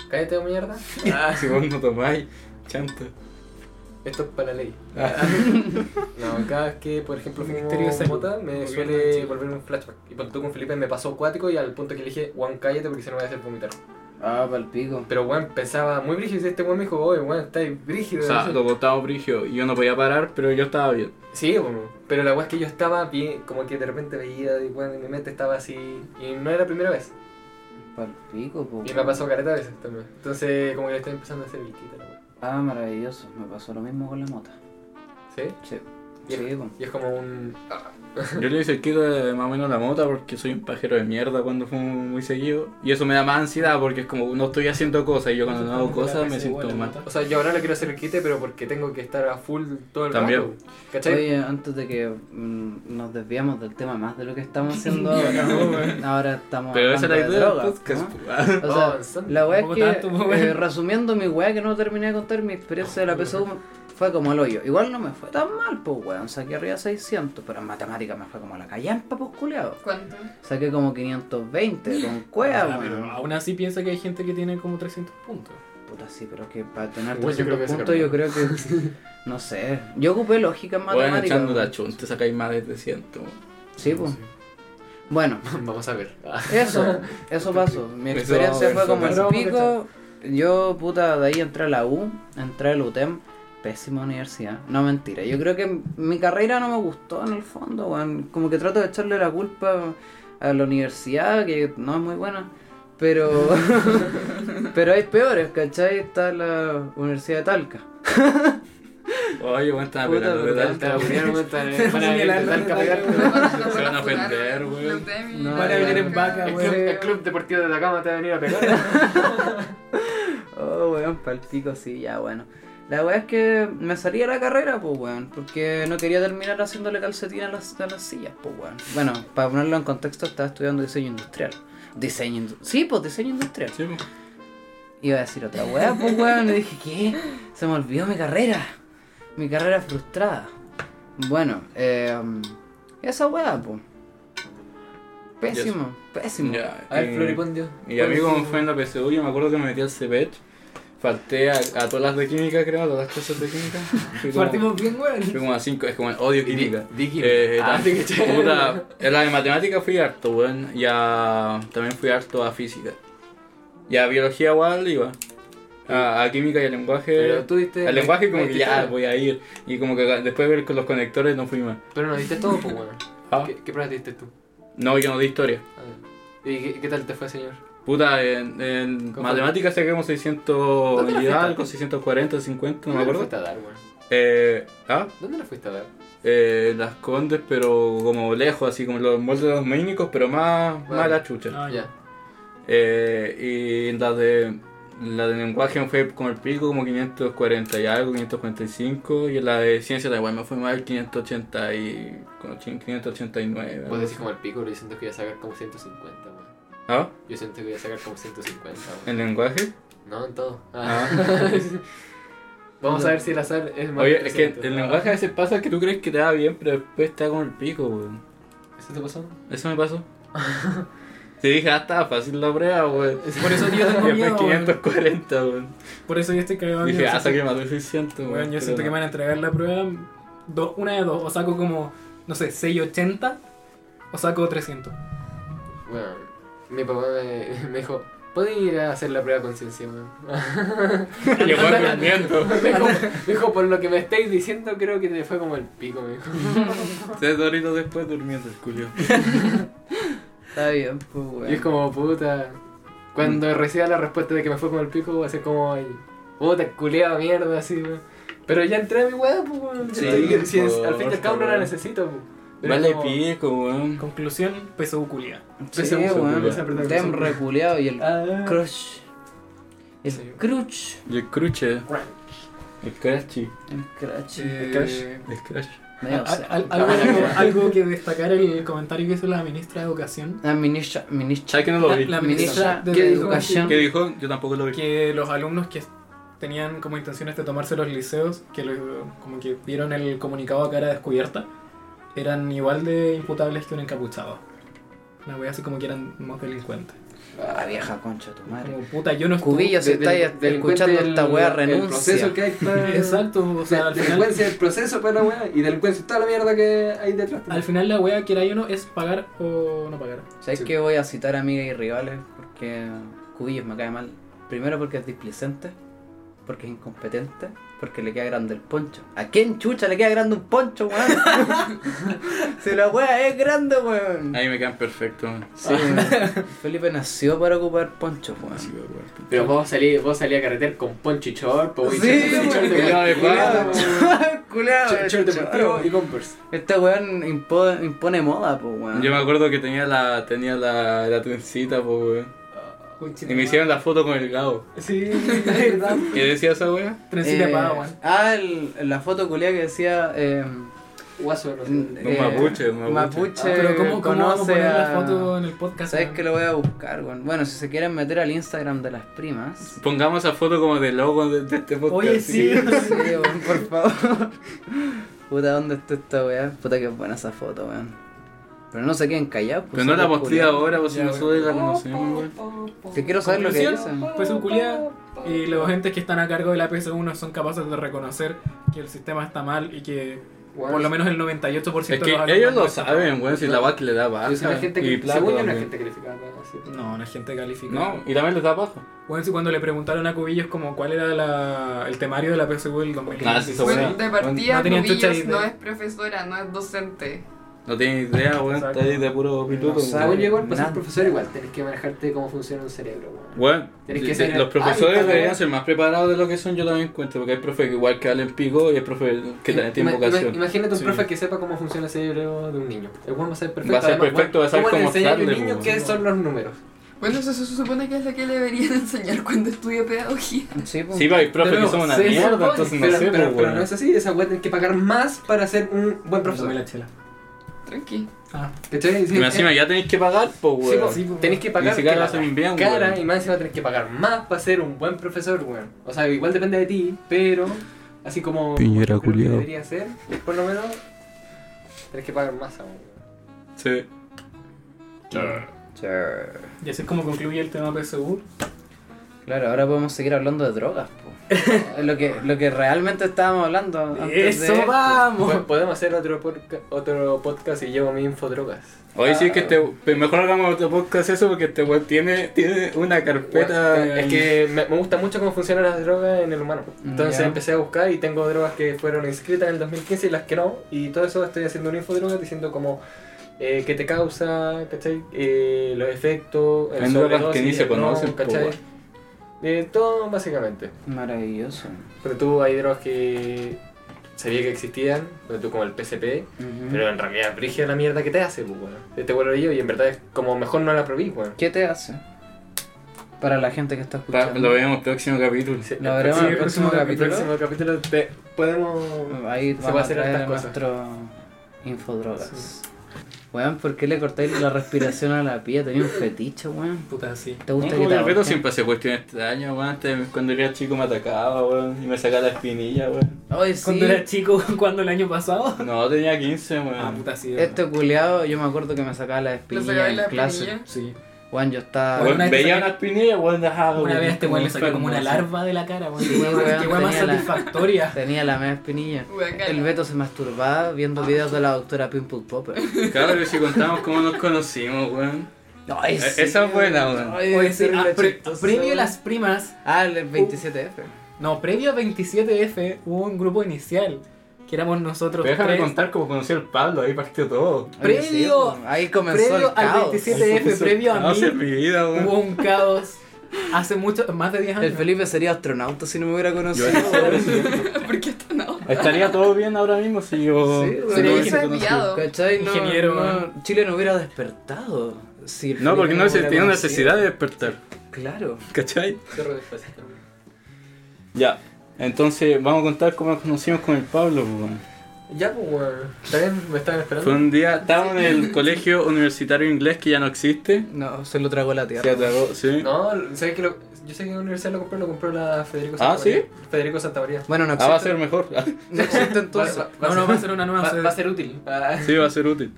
cállate de mierda. Ah, Si vos no tomáis, chanta. esto es para la ley. Ah. No, cada vez que, por ejemplo, El Ministerio de fumo Salud. mota, me Gobierno de suele Chile. volver un flashback. Y cuando tú con Felipe me pasó acuático y al punto que le dije, Juan, cállate porque si no me voy a hacer vomitar. Ah, palpico. Pero Juan pensaba muy brígido y este Juan me dijo, oye, Juan, estáis brígido. O sea, lo botaba brigio y yo no podía parar, pero yo estaba bien. Sí, bueno, pero la weá es que yo estaba bien, como que de repente veía y bueno, en mi mente estaba así. Y no era la primera vez. Palpico, po. Y me ha pasado careta a veces también. Entonces, como que le estoy empezando a hacer visquita la weá. Ah, maravilloso. Me pasó lo mismo con la mota. ¿Sí? Sí. Y es, Sí, po. y es como un. Yo le hice el quito de más o menos la mota porque soy un pajero de mierda cuando fumo muy seguido. Y eso me da más ansiedad porque es como no estoy haciendo cosas y yo cuando no hago cosas me siento mal. O sea, yo ahora le quiero hacer el quite, pero porque tengo que estar a full todo el También. rato. ¿Cachai? Oye, antes de que mm, nos desviamos del tema más de lo que estamos haciendo ahora, ahora estamos Pero esa es la hablando idea de del drogas, podcast. ¿no? po. Ah. O sea, Oh, son- la weá es Tampoco que, tanto, po, weón. eh, resumiendo mi weá que no terminé de contar, mi experiencia de la PSU fue como el hoyo. Igual no me fue tan mal, pues weón, saqué arriba 600, pero en matemáticas me fue como la callampa, pues culeado. ¿Cuánto? Saqué como 520 con cueva, Ah, pero weón. aún así piensa que hay gente que tiene como 300 puntos. Puta, sí, pero es que para tener Igual yo creo 300 que puntos yo creo que, no sé, yo ocupé lógica en Bueno, matemáticas. echando weón. la chun, te sacáis más de 300. Sí, pues. Bueno, Vamos a ver. Ah. Eso, eso pasó. Mi Eso experiencia vamos fue a como ver, el eso vamos a pico. Yo, puta, de ahí entré a la U, entré al UTEM, pésima universidad. No, mentira. Yo creo que mi carrera no me gustó en el fondo, weón. Como que trato de echarle la culpa a la universidad, que no es muy buena. Pero, pero hay peores, ¿cachai? Está la Universidad de Talca. Oye, bueno, estaba Puta, pelando de pero tal. Te aburrieron, weón, te- van a Señalar, intentar no, capear. no, Se van a ofender, weón. No, Van a venir en vaca, El weón. club, el club deportivo de Atacama te va a venir a pegar. Oh, weón, palpico, sí, ya, bueno. La weá es que me salí de la carrera, pues, weón, porque no quería terminar haciéndole calcetín a las, a las sillas, pues, weón. Bueno, para ponerlo en contexto, estaba estudiando diseño industrial. Diseño industrial. Sí, pues, diseño industrial. Sí, po. Iba a decir otra weá, pues, weón, y dije, ¿qué? Se me olvidó mi carrera. Mi carrera frustrada. Bueno, eh, esa weá, pues. Pésimo, pésimo. Ya, A ver, y- floripondio. Y a mí como fue en la PSU, yo me acuerdo que me metí al CEPET, falté a, a todas las de química, creo, a todas las clases de química. Fui como- Partimos bien, fui weón. como a 5, es como odio química. Di- di química. Eh, Ah, también- di que- puta, en la de matemáticas fui harto, weón, y a- también fui harto a física. Y a biología igual iba. A, a química y a lenguaje. Pero tú diste. Al lenguaje como que diste ya todo. voy a ir. Y como que después de ver con los conectores no fui más. Pero no diste todo, pues, weón. Ah. ¿Qué, qué pruebas diste tú? No, yo no di historia. A ver. ¿Y qué, qué tal te fue, señor? Puta, en, en ¿Cómo? matemáticas saquemos 600 ¿Dónde la y fuiste? algo, 640, 50, no me ¿Dónde la acuerdo. fuiste a dar, este weón? Eh, ah, ¿Dónde la fuiste a dar? eh, las condes, pero como lejos, así como los moldes de los ménicos, pero más, Vale. más la chucha. Ah, ya. ya. Eh, y las de, la de lenguaje fue con el pico como 540 y algo, 545, y la de ciencia de igual me fue mal 580 y, como 589. Vos algo decís así. como el pico, pero yo siento que voy a sacar como 150, weón. ¿Ah? Yo siento que voy a sacar como 150, weón. ¿En lenguaje? No, en todo. Ah. Vamos a ver si el azar es más. Oye, es que el presente. lenguaje a veces pasa que tú crees que te da bien, pero después te da con el pico, weón. ¿Eso te pasó? Eso me pasó. Te dije, ah, estaba fácil la prueba, weón. Por eso yo tengo Y después miedo, weón. 540, weón. Por eso yo estoy cagado. de Dije, miedo. ah, saqué más de 600, weón. Weón, yo pero siento que no. me van a entregar la prueba do- una de dos. O saco como, no sé, 680 o saco 300. Bueno, mi papá me, me dijo, ¿puedes ir a hacer la prueba de conciencia, weón? Y weón, durmiendo. me, dijo, me dijo, por lo que me estáis diciendo, creo que te fue como el pico, me dijo. Tres doritos después durmiendo el culio. Está bien, pues, weón. Y es como, puta. Cuando reciba la respuesta de que me fue como el pico, va a ser como, ay, puta, culeaba mierda, así, weón. Pero ya entré a mi weá, pues, weón. Sí, Estoy- si es- por al fin y al cabo no la favor. necesito, pues. Pero es Vale como- pico, weón. Conclusión, PSU culia. Sí, Ese uso, weón. esa apretar Tem uso. reculeado y el Ah. crush. El Sí. crush. Y el cruche. El crashy. El crush. Eh, crash. El crash. Medio Al- obsceno. al- algo, algo que destacar el comentario que hizo la ministra de Educación. La Ah, ministra, ministra, ¿Sabes que no lo La- vi? la ministra de de Educación. Educación. ¿Qué dijo? Yo tampoco lo vi. Que los alumnos que tenían como intenciones de tomarse los liceos, que lo- como que dieron el comunicado a cara descubierta, eran igual de imputables que un encapuchado. Una wea así como que eran más delincuentes. La Ah, vieja concha de tu madre. Como puta, yo no estuve- Cubillo, si De- del- estáis delincuente escuchando esta el- weá, El renuncia. proceso que hay para... Exacto, o sea, al final, delincuencia el proceso para la weá y delincuencia toda la mierda que hay detrás. pues. al final la wea, quiera yo no, es pagar o no pagar. ¿Sabes Sí. que voy a citar amigas y rivales? Porque Cubillos me cae mal. Primero porque es displicente, porque es incompetente, porque le queda grande el poncho. ¿A quién chucha le queda grande un poncho, weón? si la wea es grande, weón. Ahí me quedan perfectos. man. Sí, weón. Felipe nació para ocupar ponchos, weón. Así que, weón. Pero vos salí, vos salí a carreter con poncho y short, po, y Sí, short- güey. short de culiao adecuado, Culeado, short- short deportivo weón. y Converse. Este weón impo- impone moda, pues, weón. Yo me acuerdo que tenía la, tenía la, la trencita, po, weón. Y me hicieron la foto con el gabo. Sí, es verdad. ¿Qué decía esa wea? Trencita Eh, paga, weón. Ah, el- la foto culia que decía. Eh, Guaso, no sé. Mm. Un Pues, mapuche, un mapuche. Ah, pero ¿cómo, cómo vamos a conoce poner la a- foto en el podcast? ¿Sabes weón? que lo voy a buscar, weón? Bueno, si se quieren meter al Instagram de las primas. Pongamos esa foto como de logo de, de este podcast. Oye, sí. Sí, weón, por favor. Puta, ¿dónde está esta weá? Puta, que buena esa foto, weón. Pero no se queden callados. Pero no la posté postea ahora, pues si Ya, nosotros la conocemos, weón. Te quiero saber lo que Conclusión, dicen. Pues un culiado. Y los agentes que están a cargo de la PS1 son capaces de reconocer que el sistema está mal y que por lo menos el 98% Es de los que alumnos ellos lo no están- saben, weón, si la va que le da baja. Yo soy una Ah, gente y que, plata según yo, no es también. gente calificada. para hacer- No, no es gente calificada. No, y también le da baja. Bueno, si cuando le preguntaron a Cubillos como cuál era la- el temario de la PS1 del 2015. Nada, Ah, sí, esa Bueno, weá. de partida, No no, tenía chucha idea. no es profesora, no es docente. No tiene idea, weón, está ahí de puro pituto. No sabe. weón. Según yo, igual, para Nada. ser profesor, igual tenés que manejarte cómo funciona un cerebro. weón. Weón, Tienes que de- ser- los profesores Ah, y- deberían ser más preparados de lo que son, yo también encuentro, porque hay profes que igual que hablan pico y hay profes que también tienen Ima- ima- vocación. Imagínate un Sí. profe que sepa cómo funciona el cerebro de un niño. El weón va a ser perfecto. Va a ser además, perfecto, va a saber ¿Cómo le cómo enseñar a un hablarle, niño weón. qué son los números? Bueno, eso se supone que es lo que le deberían enseñar cuando estudia pedagogía. Sí, pues. Sí, pero hay profes que Pero, son una sí, mierda, Pero- entonces no pero, sé, pero, pues, pero weón. no es así, esa weá tienes que pagar más para ser un buen Dame profesor. la chela. Tranqui. Ah, ¿Cachai? Y más encima ya tenéis que pagar, pues, Sí, weón. po, tenés que pagar Ni siquiera cara, lo hacen bien, cara weón. y más encima tenés que pagar más para ser un buen profesor, weón. O sea, igual depende de ti, pero así como Piñera como yo creo que culiao. debería ser, por lo menos tenés que pagar más aún. weón. Sí. Sure. y así es como concluye el tema PSU. Claro, ahora podemos seguir hablando de drogas, po. lo, que, lo que realmente estábamos hablando. Antes de ¡Eso esto. vamos! Po- Podemos hacer otro, porca- otro podcast y llevo mi infodrogas. Hoy sí es que Ah, este, pero mejor hagamos otro podcast eso porque este weón tiene, tiene una carpeta. Bueno, es que me, me gusta mucho cómo funcionan las drogas en el humano. Mm, Entonces Ya. empecé a buscar y tengo drogas que fueron inscritas en el 2015 y las que no. Y todo eso estoy haciendo un infodroga diciendo como eh, qué te causa, ¿cachai? Eh, los efectos, el Hay drogas sobredosis, que ni se el no, conocen, po, ¿cachai? weón. Eh, todo básicamente. Maravilloso. Pero tú hay drogas que sabía que existían, pero tú como el PCP, Ujú. pero en realidad es brígida la mierda que te hace, pues, weón. Te vuelve yo y en verdad es como mejor no la probí, weón. ¿Qué te hace? Para la gente que está Pa- escuchando. lo vemos próximo capítulo. Sí, Lo veremos en el próximo El capítulo. próximo capítulo te podemos... Ahí Se vamos puede a hacer traer hartas cosas. nuestro infodrogas. Weón, ¿por qué le cortáis la respiración a la pía? Tenía un fetiche, weón. Puta, sí. ¿Te Como gusta que que te el reto ahorquen? siempre hace cuestiones extrañas, weón. Antes, cuando era chico me atacaba, weón. Y me sacaba la espinilla, weón. Ay, sí. Cuando era chico, cuando el año pasado. No, tenía 15, weón. Ah, puta, sí. ¿verdad? Este culeado, yo me acuerdo que me sacaba la ¿Le espinilla sacaban en la clase. espinilla? Sí. Weón, yo estaba. Weón, Una vez te veía saqué- una espinilla, weón, dejaba. Una vez este weón le sacó como una enfermo, así. larva de la cara, weón. Sí, Qué weón. weón, Qué weón más tenía la- satisfactoria. Tenía la media espinilla. Guacala. El Beto se masturbaba viendo videos de la doctora Pimple Popper. Cabrón, si contamos cómo nos conocimos, weón. E-, Ay, sí, Esa es buena, weón. Ay, Oye, debe sí, ser ah, una pre- chistosa, previo a weón. las primas, Ah, el 27F. No, previo a 27F hubo un grupo inicial, que éramos nosotros Déjame tres. contar cómo conocí al Pablo, ahí partió todo. Oye, sí, Previo- weón. Ahí comenzó Previo el al caos. 27F, previo a No mí, sé mi vida, weón. hubo un caos hace mucho, más de 10 años. El Felipe sería astronauta si no me hubiera Yo conocido. era weón. sobreviviente. ¿Por qué está no? Estaría todo bien ahora mismo si yo. Sí, si weón. no Sería hubiese hijo conocido. enviado. ¿Cachai? No, Ingeniero, no, Chile no hubiera despertado. si el No, Felipe porque no se hubiera tenía conocido. necesidad de despertar. Claro. ¿Cachai? Cerro despacito. Ya. Entonces, vamos a contar cómo nos conocimos con el Pablo, weón. Ya, pues, weón. También me estaban esperando. Fue un día, estábamos en el colegio universitario inglés que ya no existe. No, se lo tragó la Se tierra. atragó, sí. No, sé que lo, yo sé que la universidad lo compró, lo compró la Federico Ah, Santamaría. Federico Santamaría. Bueno, no Ah, va a existe, ser mejor. no existe entonces. Va- va- No, no, va a ser una nueva va, sede. va a ser útil. Ah, Sí, va a ser útil.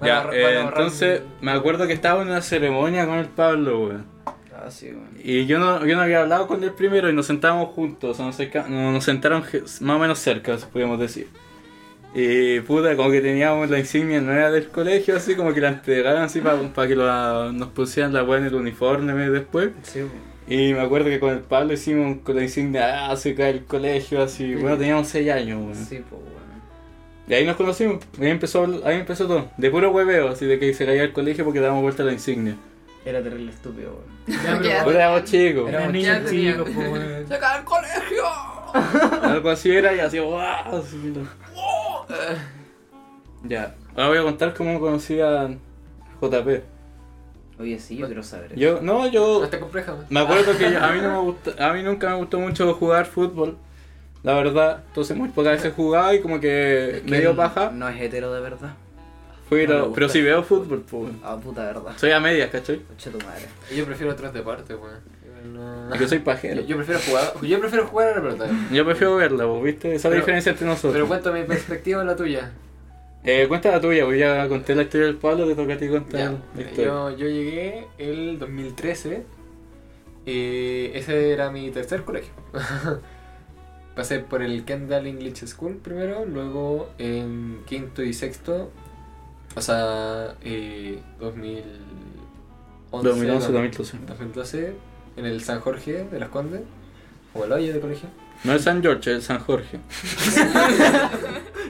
Van a Ya, ahorrar- eh, van a ahorrar entonces un- me acuerdo que estaba en una ceremonia con el Pablo, weón. Ah, sí, weón. Y yo no, yo no había hablado con él primero y nos sentábamos juntos, o sea, nos, cerca- no- nos sentaron je- más o menos cerca, si podríamos decir. Y puta, como que teníamos la insignia nueva del colegio, así como que la entregaron así para que la- nos pusieran la weá en el uniforme después. Sí, weón. Y me acuerdo que con el Pablo hicimos con la insignia ah, cerca del colegio, así. Bueno, teníamos 6 años, weón. Sí, pues, weón. Y ahí nos conocimos, y ahí empezó, ahí empezó todo. De puro hueveo, así de que se caía el colegio porque dábamos vuelta a la insignia. Era terrible estúpido, weón. Ya, Ya. pero Ahora éramos chicos, era un Ya niño tenía- chico, po, weón. ¡Se acaba el colegio! algo así era y así, ¡guau! así, lo- Ya, ahora voy a contar cómo conocí a JP. Oye, sí, yo quiero saber. eso. Yo, no, No yo está compleja, weón. me acuerdo que yo- a mí, no me gusta, a mí nunca me gustó mucho jugar fútbol, la verdad. Entonces muy pocas veces jugaba y como que Es que me dio él paja. No es hetero de verdad. Fui no lo- le gusta. pero si veo fútbol, pues. Ah, puta verdad. Soy a medias, ¿cachai? Oche tu madre. Y Yo prefiero otros deportes, weón. Igual no- Yo soy Yo, pajero. yo prefiero jugar, yo prefiero jugar a la pelota. Yo prefiero verla, po, ¿viste? Esa es la Pero- diferencia entre nosotros. Pero cuéntame mi perspectiva o la tuya. Eh, cuenta la tuya, voy a contar la historia del Pablo, te toca a ti Ya, contar. la mira, historia. yo, yo llegué el 2013. eh, ese era mi tercer colegio. Pasé por el Kendall English School primero, luego en quinto y sexto, o sea, eh, 2011, 2011, 2012, 2012. en el San Jorge de las Condes, o el hoyo de colegio. No es San George, es San Jorge.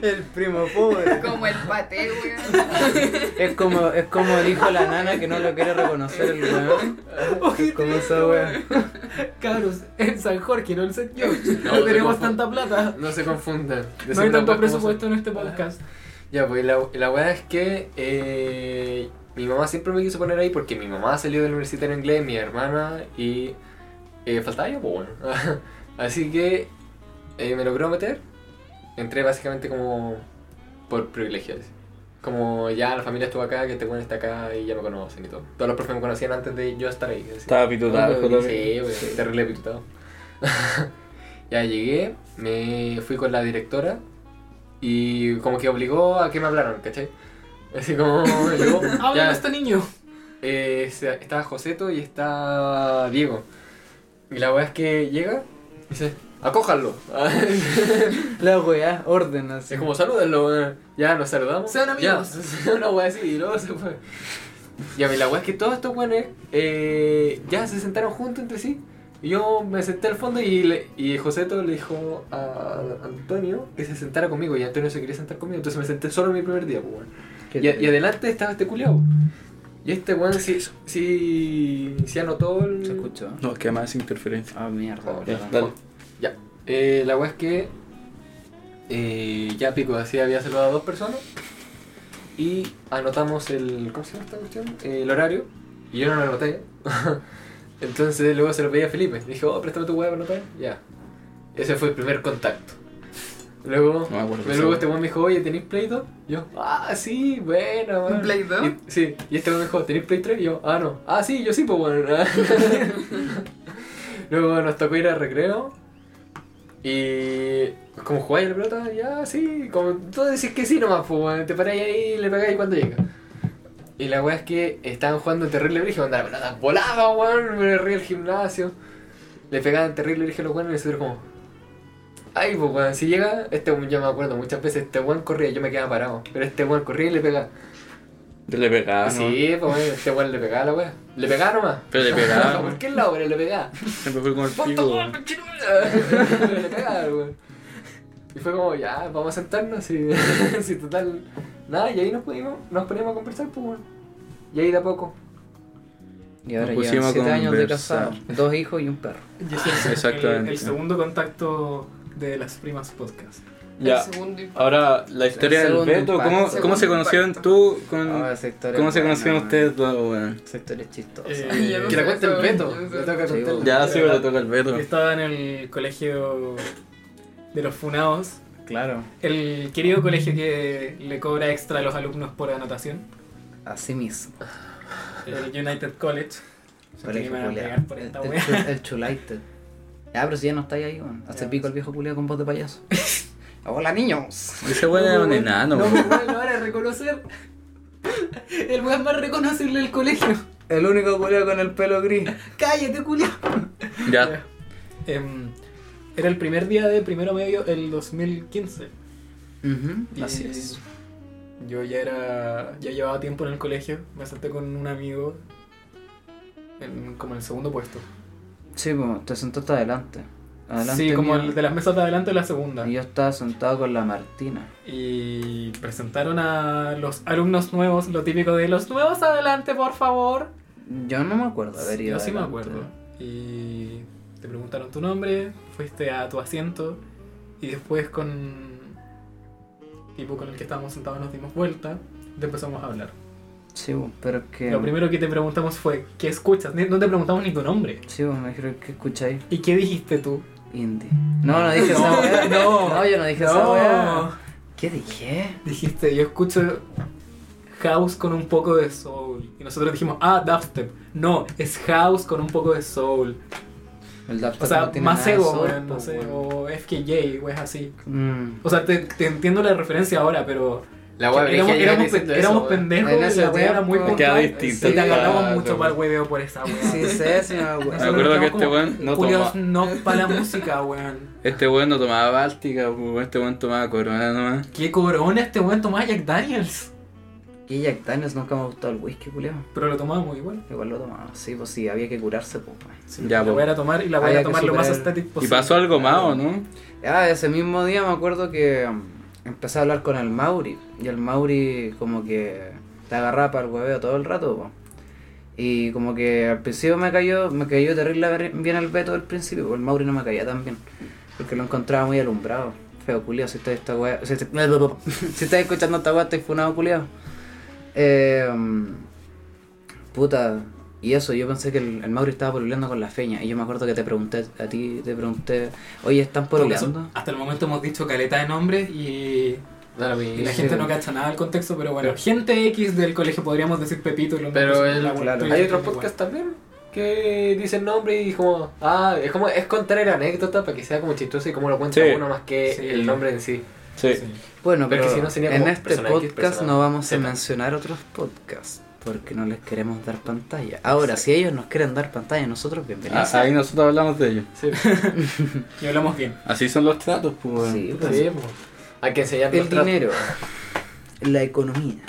El primo pobre. Como el paté, weón. Es como, es como dijo la nana que no lo quiere reconocer el weón. Es como esa weón. Cabros, en San Jorge, no en San George. No, No, te tenemos confundo. tanta plata. No se confundan. No hay tanto presupuesto en este podcast. Ya, pues la, la weá es que eh, mi mamá siempre me quiso poner ahí porque mi mamá salió del universitario inglés, mi hermana, y eh, faltaba yo, pues bueno. Así que eh, me logró meter. Entré básicamente como por privilegios. Como ya la familia estuvo acá, que este weón está acá y ya me conocen y todo. Todos los profes me conocían antes de yo estar ahí. así. Estaba pitutado, Ah, joder. Sí, güey, terrible pitutado. ya llegué, me fui con la directora y como que obligó a que me hablaran, ¿cachai? Así como yo, Habla ya, de este niño. eh, se- está Joseto y está Diego. Y la weá es que llega y dice, acójanlo. La weá, orden así. Es como salúdenlo, eh. ya nos saludamos. Sean amigos. Ya, una wea así, y luego se fue. Ya, mira, la wea es que todos estos weones eh, ya se sentaron juntos entre sí. Y yo me senté al fondo y, le, y Joseto le dijo a Antonio que se sentara conmigo. Y Antonio se quería sentar conmigo, entonces me senté solo en mi primer día, pues, weón. Qué Y, y adelante estaba este culiao. Y este weón sí, sí, sí anotó el. ¿Se escuchó? No, que más interferencia. Ah, mierda. Oh, Ya, perdón. dale. Ya. Eh, la weá es que. eh, ya pico, así había saludado a dos personas. Y anotamos el. ¿Cómo se llama esta cuestión? Eh, el horario. Y yo no lo anoté. Entonces luego se lo pedí a Felipe. Dije, oh, préstame tu weá para anotar. Ya. Ese fue el primer contacto. Luego, No me acuerdo esa pero luego weá. este weón me dijo, oye, ¿tenéis Play 2? Yo, ah, sí, bueno, bueno. Play 2? Y- sí, y este weón me dijo, ¿tenéis Play 3? Y yo, ah, no. Ah, sí, yo sí, pues bueno. Luego nos tocó ir al recreo. Y como jugáis a la pelota, ya sí, como tú decís que sí nomás, pues, weón, te paráis ahí y le pegáis cuando llega. Y la weá es que estaban jugando terrible brillo, cuando la pelota volaba, weón, me reí el gimnasio. Le pegaban terrible brillo a los weones y nosotros como. Ay, pues weón, si llega, este weón yo me acuerdo, muchas veces este weón corría, yo me quedaba parado. Pero este weón corría y le pegaba. Yo le pegaba, Ah, ¿no? sí, pues weón, este weón le pegaba a la weá. Le pegaba nomás. Pero le pegaba. ¿Por weón. qué lado? Pero le pegaba. Siempre fui con el ¡Ponto, pico. weón, weón. Le pegaron, weón. Y fue como, ya, vamos a sentarnos y, si total. Nada, y ahí nos pudimos, nos poníamos a conversar, pues weón. Y ahí de a poco. Y ahora Nos pusimos llevan a 7 años de conversar. casado. Dos hijos y un perro. Y ese es el- El, Exactamente. segundo contacto de las primas podcast. Ya. El segundo impacto. Ahora, la historia del segundo Beto, impacto. ¿cómo, cómo Segundo se conocieron impacto. tú? Con, Ah, esa historia ¿Cómo es se buena, conocieron weón. ustedes dos, weón? Esa historia es chistosa. Eh, Ay, yo no Que sé la cuente el eso, Beto. yo no sé. Le toca Sí, contarla. weón. Ya, sí, pero le toca al Beto. Yo estaba en el colegio de los funados Claro. El querido colegio que le cobra extra a los alumnos por anotación, Así mismo. el United College. Se Colegio van a culiao. pegar por El, esta el wea. chul- el chulaite. Ah, pero si ya no estáis ahí, weón. Hace Ya, pico pues. el viejo culiao con voz de payaso. Hola, niños. Ese weón era un enano, No me weón. van a reconocer. El weón más reconocible del colegio. El único culiao con el pelo gris. Cállate, culiao. Ya. Em, era el primer día de primero medio el 2015. Y Así es. Yo ya era. ya llevaba tiempo en el colegio. Me senté con un amigo en, como en el segundo puesto. Sí, pues, te sentaste adelante. Adelante. sí, como mío. el de las mesas de adelante la segunda. Y yo estaba sentado con la Martina. Y presentaron a los alumnos nuevos, lo típico de los nuevos adelante, por favor. Yo no me acuerdo haber ido Yo sí me adelante. acuerdo. Y te preguntaron tu nombre, fuiste a tu asiento y después con tipo con el que estábamos sentados nos dimos vuelta, te empezamos a hablar. Sí, pues, pero es que. Lo primero que te preguntamos fue, ¿qué escuchas? Ni- No te preguntamos ni tu nombre. Sí, pues, me dijeron que escucháis ¿Y qué dijiste tú? indie. No, no dije esa weá. no. yo no dije esa weá. ¿Qué dije? Dijiste, yo escucho house con un poco de soul. Y nosotros dijimos, ah, dubstep. No, es house con un poco de soul. El O sea, más ego, weón, pues, no sé, o FKJ, weón, así. Mm. O sea, te, te entiendo la referencia ahora, pero La wea éramos, brígida éramos, que diciendo pe- eso, éramos weón. pendejos, En ese la weá era muy tiempo- puntual, Queda distinto. y te agarramos Ah, mucho claro. para el hueveo por esa weá. Sí, sí, sí, me acuerdo. Me acuerdo que este como weón no culiados toma. no para la música, weón. Este weón no tomaba Báltica, weón. Este weón tomaba Corona nomás. Qué corona este weón tomaba Jack Daniels. Y Jack Daniels nunca me ha gustado el whisky, culeo. Pero lo tomaba muy igual. Igual lo tomaba. Sí, pues sí, había que curarse, pues. weón. Sí, Ya, la po. voy a ir a tomar y la voy a Había ir que a tomar lo más superar. estético Y posible. pasó algo más, ¿o no? Ya, ese mismo día me acuerdo que mm, empecé a hablar con el Mauri. Y el Mauri como que te agarraba para el hueveo todo el rato, po. Y como que al principio me cayó, me cayó terrible ver- bien el Beto al principio, po. el Mauri no me caía tan bien. Porque lo encontraba muy alumbrado. Feo culiao, si estás esta wea- Si, si- si estás escuchando esta weá, estoy funado culiao. Eh, mm, puta. Y eso, yo pensé que el, el Mauri estaba pololeando con la feña. Y yo me acuerdo que te pregunté a ti, te pregunté, oye, ¿están Por eso, pololeando? Hasta el momento hemos dicho caleta de nombres y, Da lo y mismo. la gente no cacha nada del contexto, pero bueno, gente X del colegio podríamos decir Pepito y lo Pero Pues, la- el- la- claro. la- Hay la- otros la- podcasts también que dicen nombre y como, ah, es como, es contar el anécdota para que sea como chistoso y como lo cuenta Sí. uno más que Sí. el nombre en sí. Sí. Sí. Bueno, Pero pero, que si no sería en como este personal X, podcast personal no vamos a Z. mencionar otros podcasts porque no les queremos dar pantalla. Ahora, si ellos nos quieren dar pantalla, nosotros Ah, bienvenidos. Ahí nosotros hablamos de ello. Sí, Y hablamos bien. Así son los tratos, pues. weón. Sí, pues. sí, po. Hay que enseñar el los tratos. dinero, la economía.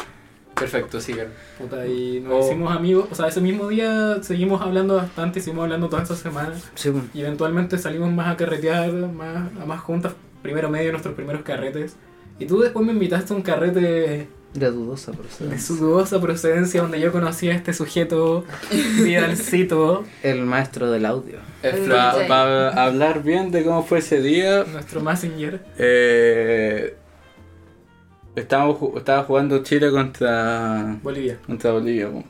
Perfecto, sigan. Puta, y nos Oh. hicimos amigos. O sea, ese mismo día seguimos hablando bastante, seguimos hablando todas esas semanas. Sí, pues, bueno. Y eventualmente salimos más a carretear, más, a más juntas, primero medio nuestros primeros carretes. Y tú después me invitaste a un carrete de dudosa de procedencia. su dudosa procedencia donde yo conocí a este sujeto, Vidalcito, El maestro del audio. El Fla- Para hablar bien de cómo fue ese día, nuestro messenger. eh, estábamos ju- estaba jugando Chile contra, Bolivia. contra Bolivia. po.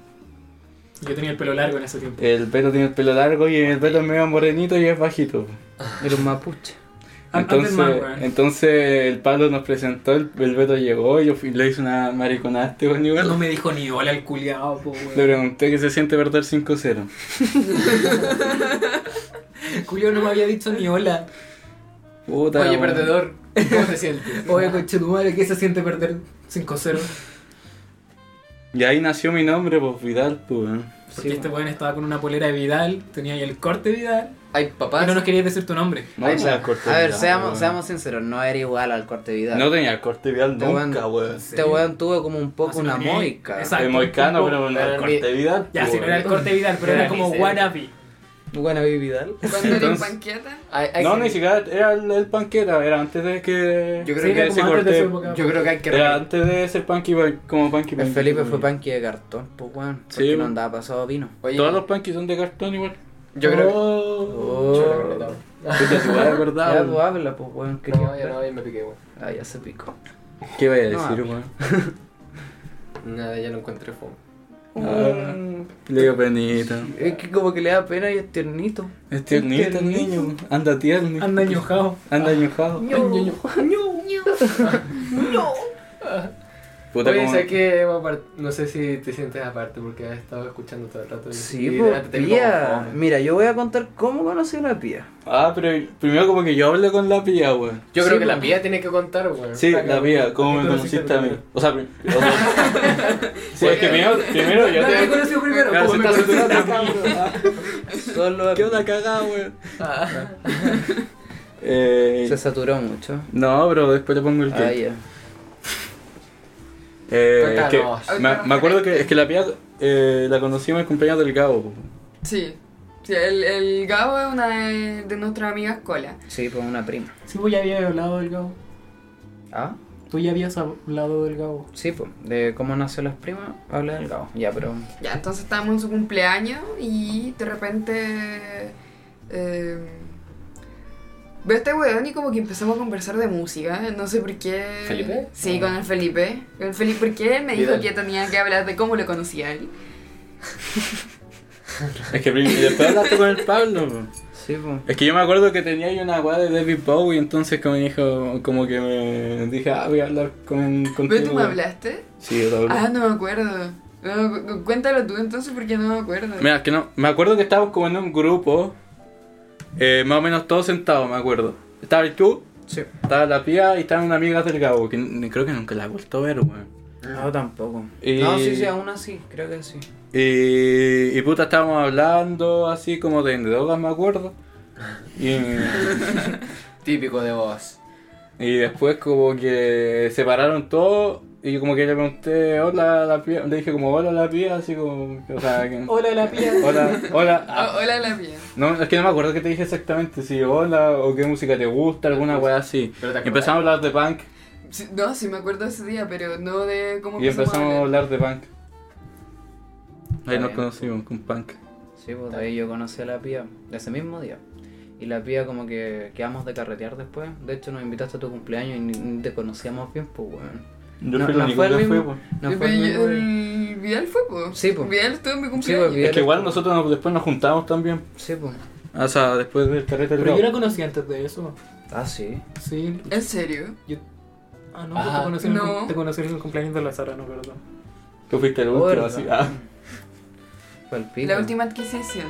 Yo tenía el pelo largo en ese tiempo. El pelo tiene el pelo largo y el pelo es medio morenito y es bajito. po. Era un mapuche. An- antes más, Entonces, weón. entonces el Pablo nos presentó, el, el Beto llegó y yo fui- le hice una mariconada a este weón igual. No me dijo ni hola el culiao, po, Le weón. pregunté qué se siente perder 5-0. El culiao no me había dicho ni hola. Puta, Oye, weón. perdedor, ¿cómo te sientes? Oye, coche tu madre, ¿qué se siente perder 5-0? Y ahí nació mi nombre, pues Vidal, pues. weón. Porque Sí, este bueno. weón estaba con una polera de Vidal, tenía ahí el corte Vidal, Hay pues, y papás. no nos querías decir tu nombre. No Ay, tenía bueno. corte a ver, Vidal, seamos, weón. seamos sinceros, no era igual al corte vidal. No tenía el corte Vidal Este nunca, weón- weón. Este weón tuvo como un poco Así una no tenía- moica. Exacto. El moicano, un pero no era el el corte Vidal. Ya, pues, si no era el corte Vidal, pero Era era como ni cerca. wannabe. Wannabe Vidal. Cuando le Entonces- panqueta, Hay- hay No, que- ni siquiera era el, el panqueta, era antes de que. Yo creo Sí, que era ese como antes de corte- su época. Yo creo que hay que Era antes de ser punky boy, como punky boy. El Felipe fue punky de cartón, pues weón. Sí, Porque no weón. andaba pasado a vino. Oye, Todos los punkies son de cartón igual. Yo creo que. Oh. Yo la caleta, weón. Puta, si igual es verdad, Ya, weón. pues habla, pues weón. quería No, ya hablar. no, ya me piqué, weón. Ah, ya se picó. ¿Qué vaya a No, decir, ah. weón? Nada, ya lo encontré fome. Ah, Le digo penita. Es que como que le da pena y es tiernito. Este Este Es tiernito el niño, weón. anda tierno. Anda ñojado. Anda ñojado. Anda ñojado. niño. Puta, Oye, como- sé que hemos apart- no sé si te sientes aparte porque has estado escuchando todo el rato. y- Sí, y po, delante tengo pía. como- Mira, yo voy a contar cómo conocí a una pía. Ah, pero primero como que yo hablé con la pía, weón. Yo creo Sí, pues. que la po. pía tiene que contar, weón. Sí, Está la cabrón. pía, ¿Por ¿cómo qué me tú lo conociste a hiciste mí? primero? O sea, pri- o sea, sí, es que primero, primero yo La he te... conocido primero. Claro, pues po, se me está conocí a saturando, la pía. Solo ¿Qué onda cagada, weón? Ah, Eh, Se saturó mucho. no, pero después te pongo el Ah, que. ya. Eh, es que Cuéntanos. me, me acuerdo que es que la pía eh, la conocí en el cumpleaños del Gabo. po. Sí. Sí, el, el Gabo es una de, de nuestras amigas cola. Sí, pues una prima. Sí, pues ya había hablado del Gabo. Ah, Tú ya habías hablado del Gabo. sí, pues. De cómo nacen las primas, habla del gabo. Ya, pero. Ya, entonces estábamos en su cumpleaños y de repente eh, veo a este weón y como que empezamos a conversar de música, no sé por qué. ¿Felipe? Sí, Ah. con el Felipe. Con el Felipe, porque él me dijo Vidal. que tenía que hablar de cómo lo conocía él. Es que primero, y después hablaste con el Pablo. po. Sí, pues. Es que yo me acuerdo que tenía ahí una weá de David Bowie, entonces como dijo, como que me dije, ah, voy a hablar con, contigo. ¿Pero tú me weón. hablaste? Sí, yo te hablé. Ah, no me acuerdo. No me acu- cuéntalo tú entonces porque no me acuerdo. Mira, es que no, me acuerdo que estábamos como en un grupo, eh, más o menos todos sentados, me acuerdo. Estabas tú, Sí. estaba la pía y estaban una amiga del Gabo, que n- creo que nunca la he vuelto a ver, weón. No, tampoco. Y- No, sí, sí, aún así, creo que sí. Y, y puta, estábamos hablando así como de drogas, me acuerdo. Y, Típico de vos. y después como que se pararon todos y como que le pregunté, hola, la pía, le dije como, hola, la pía, así como, o sea, que- Hola, la pía. hola, hola. Ah, hola la mía. No, es que no me acuerdo qué te dije exactamente, si hola o qué música te gusta, alguna weá así. Pero te acordás. Empezamos a hablar de punk Sí, no, sí me acuerdo ese día, pero no de cómo y empezamos a empezamos a hablar. hablar de punk. Ahí Está nos bien. conocimos con punk. Sí, pues de ahí yo conocí a la pía, de ese mismo día. Y la pía como que quedamos de carretear después. De hecho nos invitaste a tu cumpleaños y ni- ni te conocíamos bien, pues weón. Yo No, fui el no único fue el que fue, mismo. pues. No Sí, fue pero el mismo día. el Vidal fue, po. Sí, po. Vidal estuvo en mi Sí, pues, cumpleaños. Vidal Es que igual estuvo- nosotros nos- después nos juntamos también. Sí, pues. Ah, O sea, después del carrete del Pero yo la Gabo. conocí antes de eso. Ah, sí. Sí. ¿En serio? Ah, no, pues Ajá. te conocí, en el, No. te conocí en el cumpleaños de la Sara, no, perdón. Tú fuiste el último, Gorda. así. Ah. Fue el pico. La última adquisición.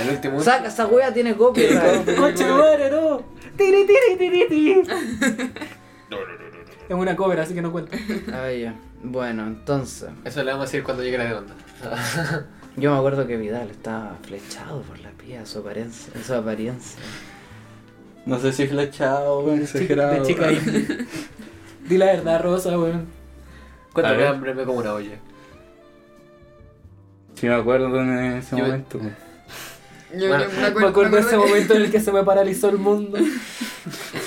El último. Saca, esa wea tiene copia. ¡Concha madre, no! ¡Tiri, tiri, tiri, tiri! Es una cover, así que no cuenta. ah, ya. Bueno, entonces. Eso le vamos a decir cuando llegue la de onda. Yo me acuerdo que Vidal estaba flechado por la pía, su apariencia. Su apariencia. No sé si flechado, weón, exagerado. De chica indie. Di la verdad, Rosa, weón. A ver. Cuéntame, hambre me como una olla. Sí, me acuerdo en ese Yo- momento. weón. Yo, Bueno, yo Me acuerdo de ese momento en el que se me paralizó el mundo.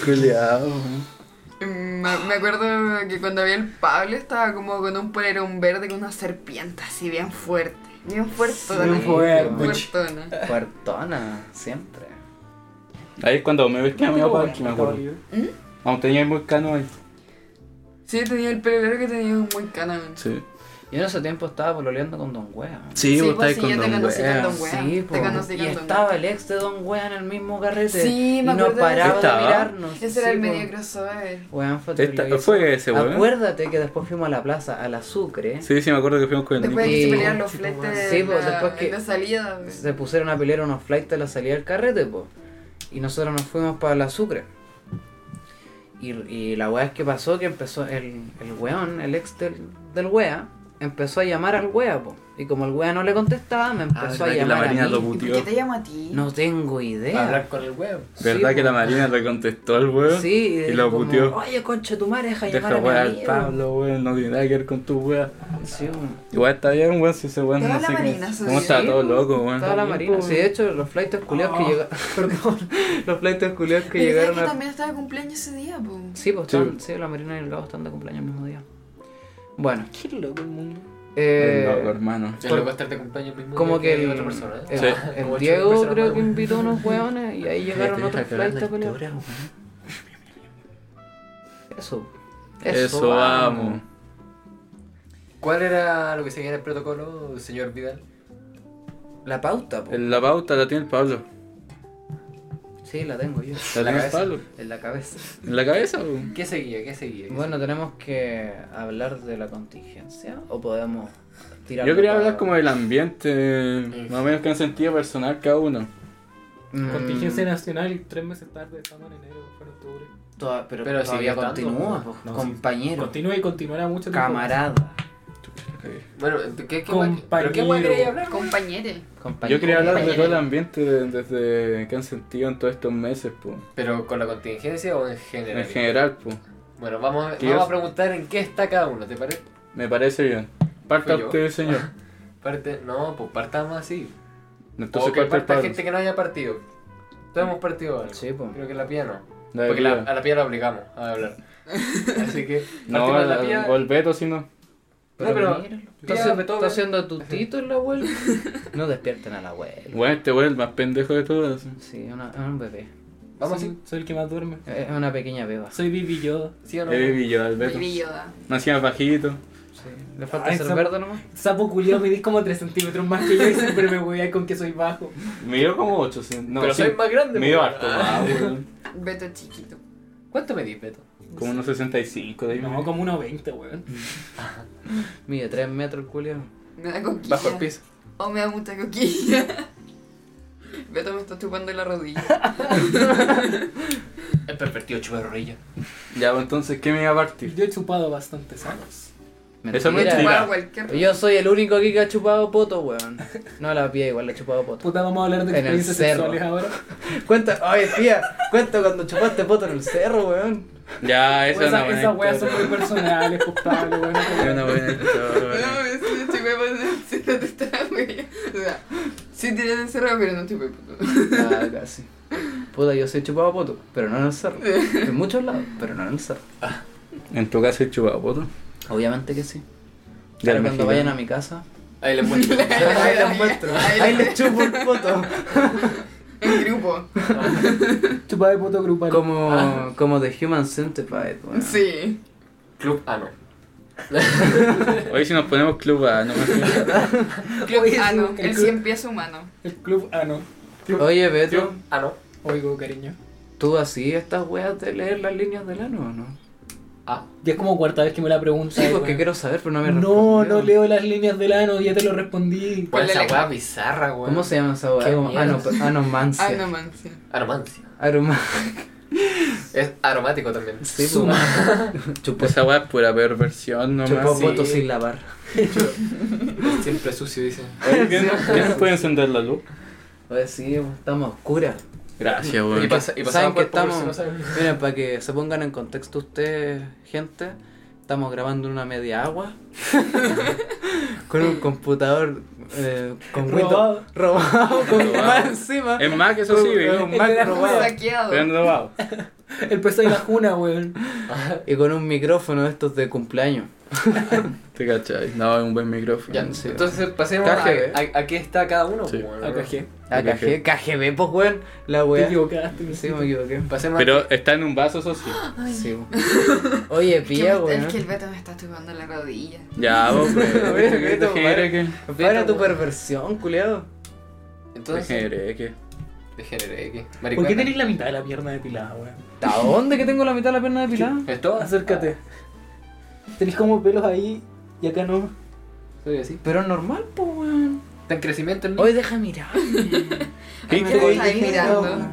Culeado, weón. Me, me acuerdo que cuando vi el Pablo estaba como con un polerón verde con una serpiente así bien fuerte. Bien fuertona. Bien fuerte. fuertona. Cuartona, siempre. Ahí es cuando me ves que a mi papá, que me acuerdo. Bueno, Aún tenía muy cano ahí. Sí, tenía el pelo largo que tenía un buen canal. Sí. Yo en ese tiempo estaba pololeando con Don Wea. Sí, vos vos estabas pues, estabas sí, con yo te Don conocí con Wea. Don Wea. Sí, Te po. conocí y con Don estaba el ex de Don Wea en el mismo carrete. Sí, me y no acuerdo de paraba eso. de ¿Estaba? mirarnos. Ese era sí, el po. medio crossover. Weón, fue Esta- terrible. fue ese, weón. Acuérdate que después fuimos a la plaza, a la Sucre. Sí, sí, me acuerdo que fuimos con el Después Nico. que se Sí. pelearon los Sí, pues, fletes sí, en pues, la- después que- en la salida. pues. Se pusieron a pelear unos flights a la salida del carrete, po. Y nosotros nos fuimos para la Sucre. Y, y la weá es que pasó que empezó el, el weón, el ex del, del wea, empezó a llamar al wea, po. Y como el wea no le contestaba, me empezó a Ah, verdad que la llamar a Marina mí. lo ¿Y por puteó. qué te llamo a ti? No tengo Para idea. hablar con el huevo. ¿Verdad Sí, que po. la Marina le contestó al weón? Sí, Y dijo lo como, puteó. Oye, concha, tu madre deja llamar Deja a mi weón al amigo". Pablo, weón. No tiene nada que ver con tu weón. Sí, weón. Igual está bien, weón, si ese weón Toda no la sé qué. Marina se ¿Cómo está dio. todo loco, weón? Estaba la También, marina. po, Sí, de hecho, los flightes culiados que Oh, llegaron. Perdón. Los flightes culiados que Pero ¿sabes llegaron que a- también estaba de cumpleaños ese día, po. Sí, pues Sí. están, sí, la Marina y el Gabo están de cumpleaños el mismo día. Bueno, Qué loco el mundo. eh, Loco, hermano. Yo lo voy a estar de cumpleaños mismo. como que el, otra persona. ¿eh? el- Sí. el Como ocho Diego personas creo más. que invitó a unos hueones y ahí llegaron otros flightes culiados. Eso. Eso vamos. ¿Cuál era lo que seguía en el protocolo, señor Vidal? La pauta, po. La pauta la tiene el Pablo. Sí, la tengo yo. ¿La En tienes, la cabeza. Pablo? En la cabeza. ¿En la cabeza? o? ¿Qué seguía? ¿Qué seguía? ¿Qué Bueno, tenemos que hablar de la contingencia o podemos tirar. Yo quería hablar como del ambiente, más o menos que han sentido personal cada uno. Mm. Mm, Contingencia nacional, tres meses tarde, estamos en enero, fue en octubre. pero, Pero todavía sigue tanto, continúa, ¿no? pues, No, sí. compañero, Continúa y continuará mucho tiempo. camarada, Bueno, ¿qué, qué, Compañero. ¿pero qué guay quería hablar? Compañere. compañero. Yo quería hablar de compañero. todo el ambiente de- desde que han sentido en todos estos meses, pues. ¿Pero con la contingencia o en general? En general, pues. Bueno, vamos, a- ¿Qué vamos es? a preguntar en qué está cada uno, ¿te parece? Me parece bien. Parta ¿Fui yo? usted, señor. Parte, no, pues partamos así. Entonces o que parte el parta Pablo. gente que no haya partido. Todos hemos partido algo. Sí, pues. Creo que la pía no. Dale, Porque la- Pía. a la pía la obligamos a hablar. Así que. No, partimos de la, pía. o el Beto, si no. No, pero- míralo, Pía está, haciendo- Beethoven. está haciendo tutito el abuelo. No despierten al abuelo. Bueno, este güey es el más pendejo de todos. Sí, una- es un bebé. Vamos Soy- así. Soy el que más duerme. Es una pequeña beba. Soy Bibi Yoda. ¿Sí o no? He vivido al Beto. Baby Yoda. Nacía bajito. Sí. Le falta Ay, ser esa- verde nomás. Sapo culiao, medís como 3 centímetros más que yo y siempre me voy con que soy bajo. Me dio como 8, sí. No, pero sí. soy más grande. Me dio pues. harto, Ah. más, güey. Beto chiquito. ¿Cuánto medís, Beto? Como unos 65 de ahí. No, como 1,20, weón. Mide 3 metros el culiao. Me da coquilla. Bajo el piso. O me da mucha coquilla. Beto me está chupando la rodilla. El pervertido chuparrilla. Ya, pues, entonces, ¿qué me iba a partir? Yo he chupado bastante sanos. Eso no es Mentira. Mira. Chupar cualquier Yo soy el único aquí que ha chupado poto, weón. No la pía, igual le he chupado poto. Puta, vamos a hablar de En el experiencias cerro. sexuales ahora. Cuenta, oye tía, cuenta cuando chupaste poto en el cerro, weón. Ya, esa Pues es una esa- buena Esas weas son historia. muy personales, pues Pablo, weón. Es una buena No, historia. eso no chupé poto, si no te estaba güey. O sea, sí tiré del cerro, pero no chupé poto. Ah, casi. Puta, yo sí he chupado poto, pero no en el cerro. En muchos lados, pero no en el cerro. En tu casa he chupado poto. Obviamente que sí. Ya Pero me cuando imagino. vayan a mi casa, Ahí le muestro. ahí les muestro. Ahí les chupo el poto. En grupo. Chupado de puto grupal. Como, como The Human Centipede, weón. Sí. Club Ah, no. Hoy si nos ponemos club A, no me Club Oye, Ah, no. sí, El club- 100 pies humano. El club ah, no. Oye, Beto, Club Ah, no. Oigo, cariño. ¿tú así estas weas de leer las líneas del ano o no? Ah. Ya es como cuarta vez que me la preguntas. Sí, porque weón. quiero saber, pero no me No, respondió. no leo las líneas del ano, ya te lo respondí. ¿Cuál es Ponle esa la- weá bizarra, weón? ¿Cómo se llama esa weá? Qué Como mierda. anop- anomancia. Ah, no, man, sí. Aromancia. Aroma. Es aromático también. Sí, Su pues. Chupó, Esa weá es pura perversión chupó nomás. Sí. poto sin lavar. Siempre sucio, dice. Oye, ¿quién, ¿Quién puede encender la luz? Oye, sí, estamos a oscuras. Gracias, Y, weón. pasa, y pasamos ¿Saben que por estamos... estamos? Miren, para que se pongan en contexto ustedes, gente, estamos grabando en una media agua. con un computador eh, con Windows Robado. robado, con Robado. más encima. Es más que eso con- sí, con ¿eh? un Mac El de la robado. Saqueado. Pero no va. El peso de la juna, weón. Y con un micrófono de estos de cumpleaños. Te cachai. No, es un buen micrófono. Ya, Sí. entonces pasemos a, Caje, a, a qué está cada uno. Sí. pues, Ah, weón. cajé. Ah, KGB. KGB, KGB, pues weón, Te la wea. equivocaste. mi Sí, hijo. me equivoqué. Pasemos a... Pero está en un vaso, eso sí. Sí, pues. Oye, Que me- pilla, weón. Es que el Beto me está chupando la rodilla. Ya, vos, pues. Pero, que Beto, Dejereque. Para tu perversión, culiado. Entonces, Dejereque. degeneré, ¿qué? ¿Por qué Marihuana. tenés la mitad de la pierna depilada, weón? ¿A dónde que tengo la mitad de la pierna depilada? ¿Esto? Acércate. Ah. Tenés como pelos ahí y acá no. Ah, Soy así. Pero normal, pues, weón. Está en crecimiento el niño. Oye, deja mirar. Ay, me increíble. estás ahí mirando. Ah, weón.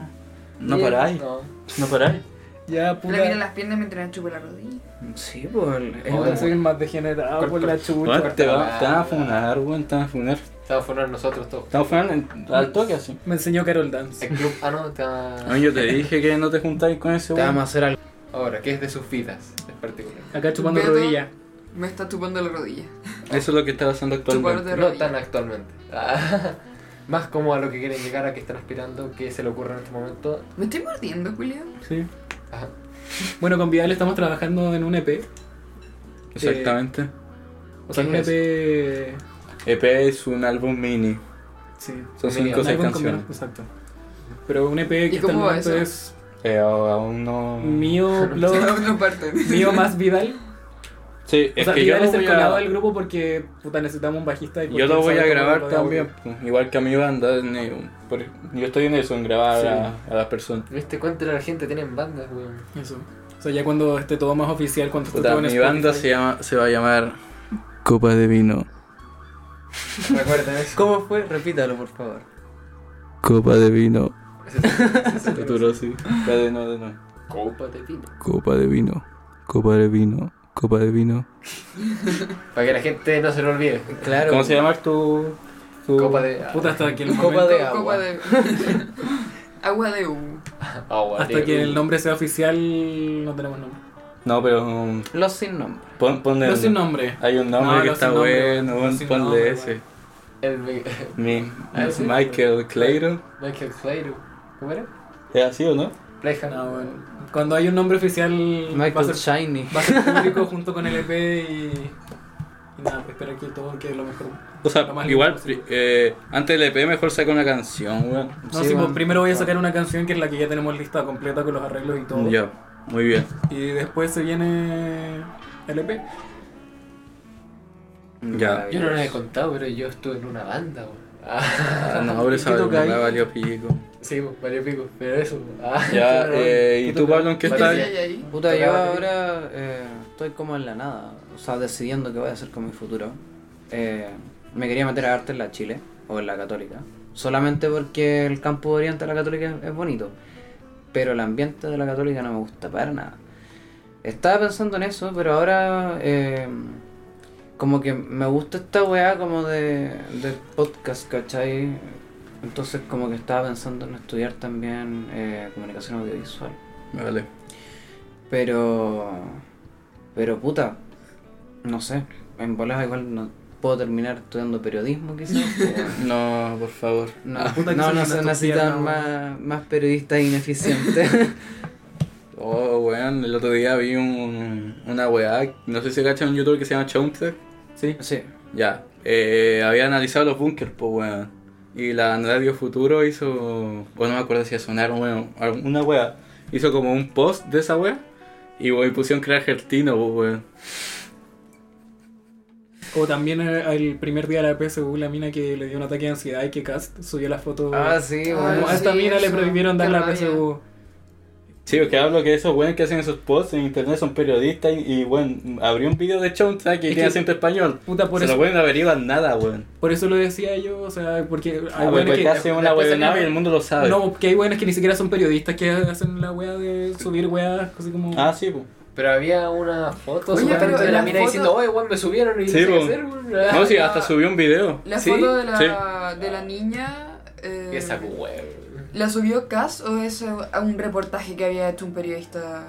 No paráis. No. No paráis. Ya, Le miro puta. las piernas mientras me chupo la rodilla. Sí, pues. el- el- Ahora soy el más degenerado por la chucha. Weón, Te va- te van a funar, weón. Te van a funar. Te va a funar nosotros todos. Estamos funar en- al toque así. Me enseñó Carol Dance. El club Ah, no, está... Ay, yo te dije que no te juntáis con ese Te vamos a weón. hacer algo. Ahora, ¿qué es de sus vidas en particular? Acá chupando Beto. rodilla. Me está chupando la rodilla. Eso es lo que está pasando Chupar actualmente. de No tan rodilla. actualmente. Ah, Más como a lo que quieren llegar, a que están aspirando, que se le ocurre en este momento. ¿Me estoy mordiendo, Julio? Sí. Ajá. Bueno, con Vidal estamos trabajando en un EP. Exactamente. O sea, ¿Qué un E es? EP. EP es un álbum mini. Sí. Son Mini. cinco o Un seis álbum con canciones. menos- Exacto. Pero un EP que hasta ¿Y el cómo va momento eso? es Eh, aún no. mío, blog, No, no parten. mío más Vidal. Sí, O es sea, que yo Vidal lo es el voy colado a, del grupo porque puta, necesitamos un bajista. Y porque yo lo no voy a sabe cómo grabar lo podemos también, pues, igual que a mi banda. ni- por- Yo estoy en eso, en grabar Sí. a, a las personas. ¿Viste cuánta la gente tiene en bandas, weón? ver. Eso. O sea, ya cuando esté todo más oficial, cuando esté Puta, todo en mi Spotify. banda se, llama, se va a llamar Copa de Vino. Recuerden eso. ¿Cómo fue? Repítalo, por favor. Copa de Vino. Ese- Te duró así. Ya de nuevo, de nuevo. Copa de vino. Copa de Vino. Copa de Vino. Copa de Vino. Para que la gente no se lo olvide. Claro. ¿Cómo se llama tu, tu- Copa de Puta, hasta que el, Copa momento- de Co- agua. Copa de... agua de U. Ah, agua. hasta que el nombre sea oficial, no tenemos nombre. No, pero um, Los sin nombre. pon, ponle. No sin nombre. Hay un nombre No, que no está sin nombre, bueno. no pon- sin ponle nombre, ese. El Miguel- Mi, Ah, sí. Michael Clayton. Michael Clayton. ¿Cómo era? ¿Es así o no? Playham. No, bueno. Cuando hay un nombre oficial, va a Michael ser Shiny. va a ser público junto con el EP y, y nada, pues espero que todo quede lo mejor. O sea, Lo más lindo igual, posible. eh, antes del EP mejor saca una canción, weón. No, sí, sí, pues bueno, primero voy a claro. sacar una canción que es la que ya tenemos lista completa con los arreglos y todo. Ya, muy bien. Y después se viene el E EP. Ya. Yo no les he contado, pero yo estuve en una banda, weón. Ah, Ah, no, pero esa ¿Qué toca ahí? verdad valió pico. sí, pues, varios picos, pero eso. pues. Ah, Ya, yo no- eh, ¿y ¿Qué tú, toca? Pablo, en qué ¿Qué estás? hay ahí? Puta, yo Tocaba ahora eh, estoy como en la nada, o sea, decidiendo qué voy a hacer con mi futuro. Eh, me quería meter a arte en la Chile o en la Católica, solamente porque el campo de oriente de la Católica es, es bonito, pero el ambiente de la Católica no me gusta para nada. Estaba pensando en eso, pero ahora eh, como que me gusta esta weá como de, de podcast, ¿cachai? Entonces como que estaba pensando en estudiar también eh, comunicación audiovisual. Vale. Pero. Pero puta. No sé. En bolas igual no puedo terminar estudiando periodismo quizás. o- No, por favor. No, puta, que no, se no llena se tu necesitan pierna, más, más periodistas ineficientes. Oh, weón, el otro día vi un, una weá, no sé si cachan un youtuber que se llama Chomster. Sí. sí. Ya, eh, había analizado los bunkers, pues weón. Y la Radio Futuro hizo, bueno, no me acuerdo si es sonar, bueno, una weá. Hizo como un post de esa weá y, weón, pusieron que era argentino, pues weón. O también eh, el primer día de la EP se hubo la mina que le dio un ataque de ansiedad y que Cast subió la foto. Ah, sí, Ah, bueno. Como a esta sí, mina le eso, prohibieron dar qué la E rabia. PSU. Sí, porque hablo que esos weones que hacen esos posts en internet son periodistas y, y weón, abrió un video de Chomster que Es tiene que- acento español. Puta, por se lo eso, pueden averiguar nada, weón. por eso lo decía yo, o sea, porque Ah, weones porque hace una después weonada y salieron- el mundo lo sabe. No, que hay buenas que ni siquiera son periodistas que hacen la wea de subir weas, así como. Ah, sí, pues. Pero había una foto Oye, supuestamente, de pero la la mina foto- diciendo, oye, weón, me subieron y Sí, no sé qué po. hacer, Ah, weón. No, sí, ah. hasta subió un video. La Sí, foto de la, sí. de la niña... eh, Y esa weón. ¿La subió Cass o es a un reportaje que había hecho un periodista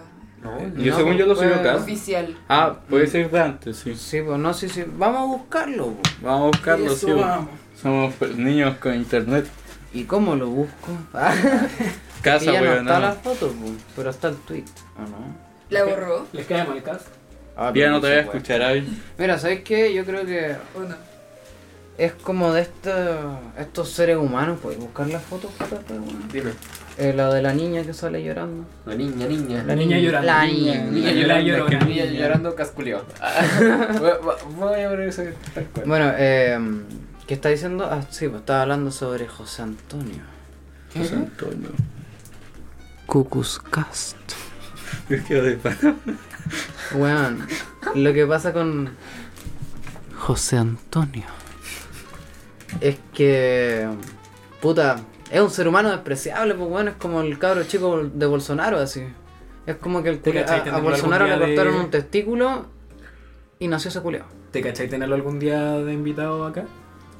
No, Yo No, según yo lo subió pues, acá. oficial? Ah, puede ser de antes, sí. Sí, pues no, sí, sí. Vamos a buscarlo. po. Vamos a buscarlo, Eso, sí. po. vamos. Somos pe- niños con internet. ¿Y cómo lo busco? Ah, y Casa, ya no weón. está No la foto, po, pero está el tweet. ¿O no? Ah, ¿La borró ¿Les cae mal Cast? Ya no te voy a escuchar ahí. Mira, ¿sabes qué? Yo creo que o no? es como de esta- estos seres humanos, pues buscar las fotos, puta, pues, weón. dime. Eh, la de la niña que sale llorando. La niña, niña. La niña llorando. La Niña niña. llorando, llorona. niña llorando casculeado. Ah. Voy a poner eso tal cual. Bueno, eh, ¿qué está diciendo? Ah, sí, pues estaba hablando sobre José Antonio. José Antonio. Cucuscast. Yo quiero de pana. Weón, lo que pasa con José Antonio es que. Puta, es un ser humano despreciable, pues weón, es como el cabro chico de Bolsonaro, así. Es como que el Te culi- cachai, a, a tendrá Bolsonaro algún le día de- cortaron un testículo y nació ese culeo. ¿Te cachai tenerlo algún día de invitado acá?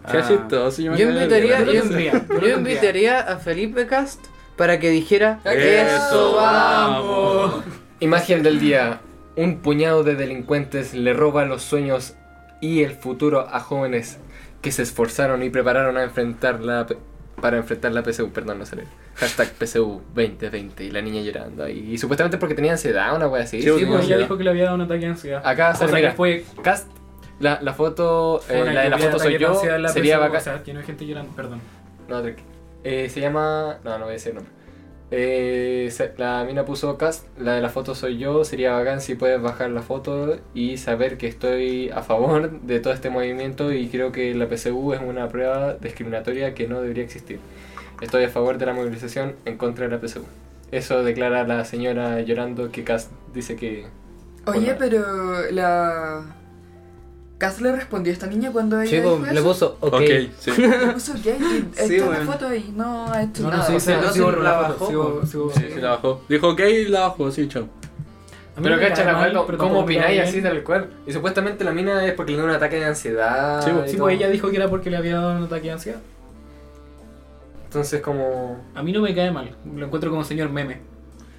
Qué Ah. chistoso. Yo me quedé de invitaría, Yo pana. lo yo, tendría, yo lo yo invitaría a Felipe Cast para que dijera Ah, Eso, eso Ah, vamos. Imagen del día. Un puñado de delincuentes le roba los sueños y el futuro a jóvenes que se esforzaron y prepararon a enfrentar la P- para enfrentar la PSU, perdón, no sale. Hashtag PSU 2020 y la niña llorando ahí. Y supuestamente porque tenía ansiedad, una wea así. Sí, Sí, pues ansiedad. ella dijo que le había dado un ataque de ansiedad. Acá sale, O sea, mira. que fue Cast, la, la foto, eh, Bueno, la de que la hubiera foto ataque soy de yo, ansiedad en la sería PSU, bacán. O sea, que no hay gente llorando, perdón. No, tranqui. Eh, se llama. No, no voy a decir el nombre. Eh, se- la mina puso cast, la de la foto soy yo, sería bacán si puedes bajar la foto y saber que estoy a favor de todo este movimiento y creo que la PCU es una prueba discriminatoria que no debería existir. Estoy a favor de la movilización en contra de la PCU. Eso declara la señora llorando que Cast dice que... Oye, Hola. pero la. Cass le respondió a esta niña cuando ella. Chico, dijo pues, le eso. puso ok. Ok, sí. Le puso gay y está Sí, la bueno. foto y no ha hecho No, no, nada. sí, o sí, sea, no, sí, sí, borró la la bajó, foto, sí, bo- sí, bo- Sí, sí, la bajó. Dijo, ok, la bajó, sí, chao. A mí Pero no me cacha cae la mal, weá, pero ¿cómo tampoco me cae opináis bien. así tal cual? Y supuestamente la mina es porque le da un ataque de ansiedad. Sí, y Sí, todo. pues ella dijo que era porque le había dado un ataque de ansiedad. Entonces como... A mí no me cae mal, lo encuentro como señor meme.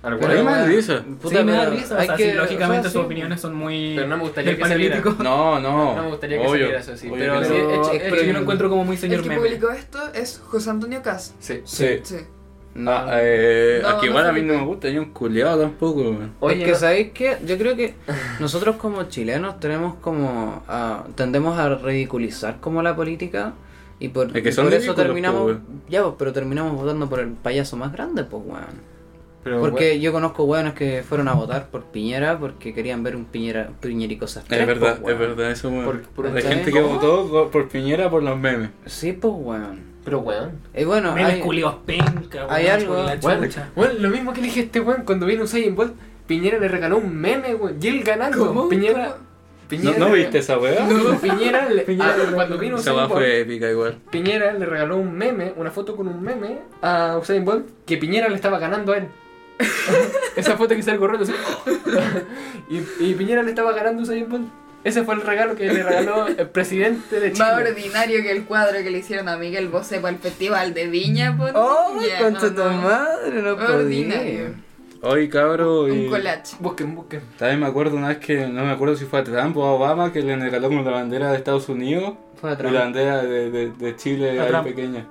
alguna Pero a mí me weá. da risa. sí, me da pero risa, o sea, sí, lógicamente o sea, sus sí. opiniones son muy... Pero no me gustaría del que saliera. panelítico. No, no. No me gustaría que obvio, saliera eso, sí, obvio pero que sí, Pero, hecho- pero hecho- yo lo encuentro como muy señor El que meme. publicó esto es José Antonio Cass. Sí. Sí. Sí. No, eh, No, aquí igual no a mí Felipe. no me gusta ni un culeado tampoco, weón. es que sabéis que yo creo que nosotros como chilenos tenemos como ah, tendemos a ridiculizar como la política y por, Es que y son por eso ridículos, po, terminamos weón. ya pues, pero terminamos votando por el payaso más grande pues weón. Ah, Pero, Porque yo conozco hueones que fueron a votar por Piñera porque querían ver un Piñera piñerico esas Es tres, ah. verdad, po, weón. es verdad, eso, weón. Por- por- Hay gente que votó go- por Piñera por los memes. Sí, pues weón. Pero weón. Y bueno, Memes hay- culiados penca, hay weón, algo- por la Weón, chucha. weón, lo mismo que le dije a este weón cuando vino Usain Bolt, Piñera le regaló un meme, weón. Y él ganando. ¿Cómo? Piñera. ¿No, Piñera no viste esa weá? No, Piñera, le- Piñera ah, le regaló- cuando vino Esa Usain weá Bolt, fue épica igual. Piñera le regaló un meme, una foto con un meme a Usain Bolt que Piñera le estaba ganando a él. Esa foto que sale corriendo así. y, y Piñera le estaba ganando a Usain Bolt. Ese fue el regalo que le regaló el presidente de Más Chile. ordinario que el cuadro que le hicieron a Miguel Bosé para el festival de Viña. Por ¡Oh, Ya, concha no, tu no. madre! No podía. Ordinario. Hoy, cabro, Un y... collage. Busquen, busquen. También me acuerdo una vez que, no me acuerdo si fue a Trump o a Obama, que le regaló con la bandera de Estados Unidos Fue y la bandera de, de, de Chile A ahí Trump. pequeña.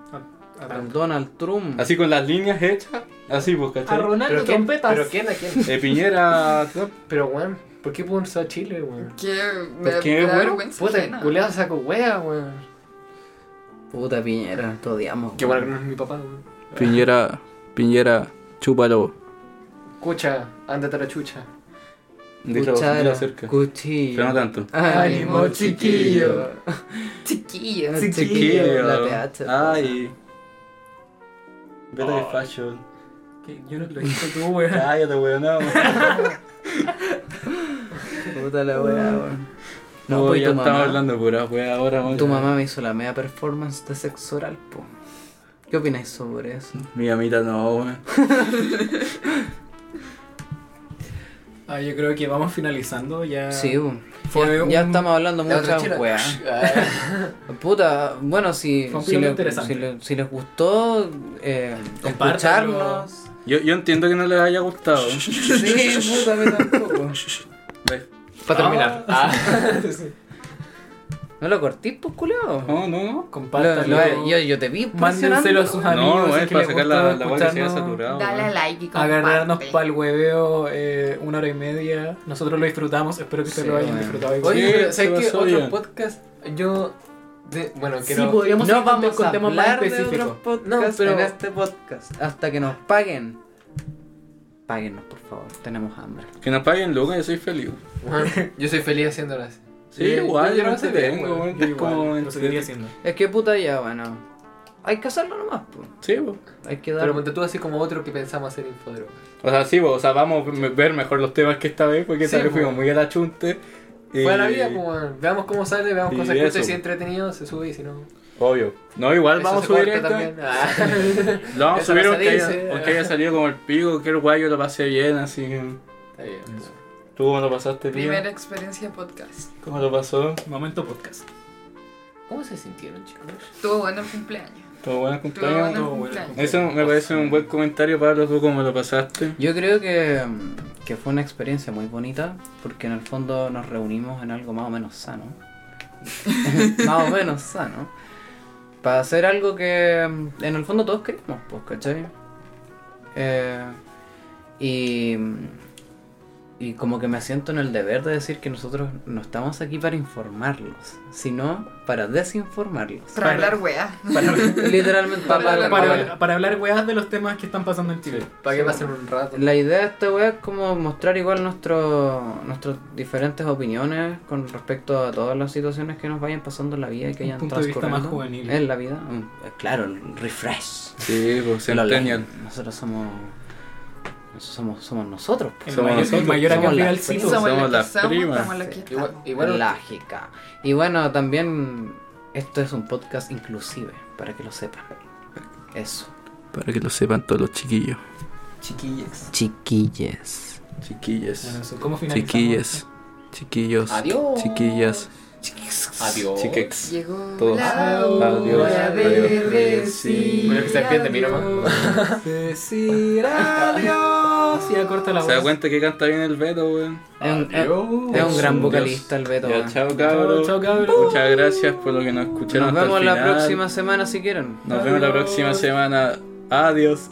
A- a- Al Donald Trump. Así con las líneas hechas, así pues, A ¿cachai? Ronaldo quién, trompetas. pero quién a quién. Eh, Piñera, Trump. Pero weón, ¿por qué puso a Chile, weón? Que me, ¿Por qué, me da weón? vergüenza. Puta, ajena. culeado saco wea, weón. Puta Piñera, te odiamos. Qué bueno que no es mi papá, weón. Piñera, Piñera, chúpalo. Cucha, ándate a la chucha. Dilo, Cuchara, dilo cerca. cuchillo. Pero no tanto. Ánimo, chiquillo. Chiquillo. Sí. Chiquillo, la PH. Ay. Vete de fashion. Que Yo no lo dije tú, weón. Cállate, weón. No, Puta la weá, weón. No, no pues Ah. Oh, tu ya estamos mamá. hablando pura weón. Ahora vamos. Tu mamá me hizo la media performance de sexo oral, po. ¿Qué opináis sobre eso? Mi amita no, weón. Ah, yo creo que vamos finalizando ya. Sí, weón. Fue ya, un- ya estamos hablando La otra muchas chela. weas. Puta, bueno, si, Fue un si, piloto le- interesante. si le- si les gustó eh, Compártanlo. escucharnos. Yo, yo entiendo que no les haya gustado. Sí, puta, a mí tampoco. Ve. Para terminar. Ah, No lo cortís, pues, culiao. No, no, no. Lo- Compártanlo. lo- yo, yo te vi Mándenselo a presionando. sus amigos. No, si es que para les sacar gusta la, la weá que se haya escucharnos. saturado. Dale a weón. like y comparte. Agarrarnos para el hueveo eh, una hora y media. Nosotros lo disfrutamos, espero que Sí, ustedes lo hayan weón. disfrutado igual. Oye, Sí, pero se ¿sabes qué? basó bien. Otro podcast, yo. de- bueno, Sí, pues, quiero. podríamos No ir con- vamos con a temas más hablar de específicos. otros podcasts No, pero- en este podcast hasta que nos paguen. Páguenos, por favor, tenemos hambre. Que nos paguen lucas, yo soy feliz. Weón, yo soy feliz haciéndolas. Sí, igual, yo yo no no sé te bien, tengo, weón. weón. Yo Es como. igual, lo seguiría haciendo. Es que puta ya, bueno. Hay que hacerlo nomás, pues. Sí, weón. Hay que dar. Pero ponte tú así como otro que pensamos hacer infodro. O sea, sí, po, o sea, vamos a me- ver mejor los temas que esta vez, porque Sí, esta vez po. fuimos muy a la chunte. y- Fue a la vida, como, weón. veamos cómo sale, veamos Y cosas que Eh, eso. si es entretenido, se sube y si no. Obvio. No, igual eso vamos a se subir corta esto. también. Ah, Lo vamos a Eso subir no se aunque dice. haya, aunque haya salido como el pico, que el guayo lo pasé bien, así que. Está bien. ¿Tú cómo lo pasaste, tío? Primera experiencia podcast. ¿Cómo lo pasó? Momento podcast. ¿Cómo se sintieron, chicos? Estuvo bueno el cumpleaños. ¿Todo bueno el Estuvo cumpleaños? bueno el todo bueno. cumpleaños. Eso me parece un buen comentario, Pablo, ¿tú cómo lo pasaste? Yo creo que, mm, que fue una experiencia muy bonita porque en el fondo nos reunimos en algo más o menos sano. más o menos sano. Para hacer algo que mm, en el fondo todos queremos, pues, ¿cachai? Eh, y mm, y como que me siento en el deber de decir que nosotros no estamos aquí para informarlos, sino para desinformarlos. Para hablar weá. Para- literalmente. Pa- pa- pa- Para- Para, pa- para hablar weas de los temas que están pasando en Chile. ¿Para qué pasen un rato? La idea de esta wea es como mostrar igual nuestro, nuestras diferentes opiniones con respecto a todas las situaciones que nos vayan pasando en la vida y que Un hayan punto de vista transcurrido más juvenil. en la vida. Mm, eh, Claro, el refresh. Sí, pues Centennial. Lo- Nosotros somos, nosotros somos, somos nosotros. po. El Somos mayor, nosotros, el mayor acá pues, somos pega la el cito. somos lo que las primas. Somos lo que Igual, estamos. igual Lógica. Y bueno, también esto es un podcast inclusive, para que lo sepan. Eso. Para que lo sepan todos los chiquillos. chiquillas. Chiquilles. Bueno, Chiquillas. eso, ¿Cómo finalizamos? Chiquillas. Chiquillos. Adiós. Chiquillas. Adiós. Chiquex. Llegó Todos. la Adiós. hora de Adiós. decir Bueno, que se despierten, mira, adiós. Decir adiós. Ya corta la voz. ¿Se da cuenta que canta bien el Beto, weón? Es un, es- Adiós. es un gran Dios. vocalista el Beto. Ya, weón. chao, Chao, cabros. chao, cabros. Muchas gracias por lo que nos escucharon. Nos hasta el vemos la final. próxima semana si quieren. Nos vemos la próxima semana. Adiós.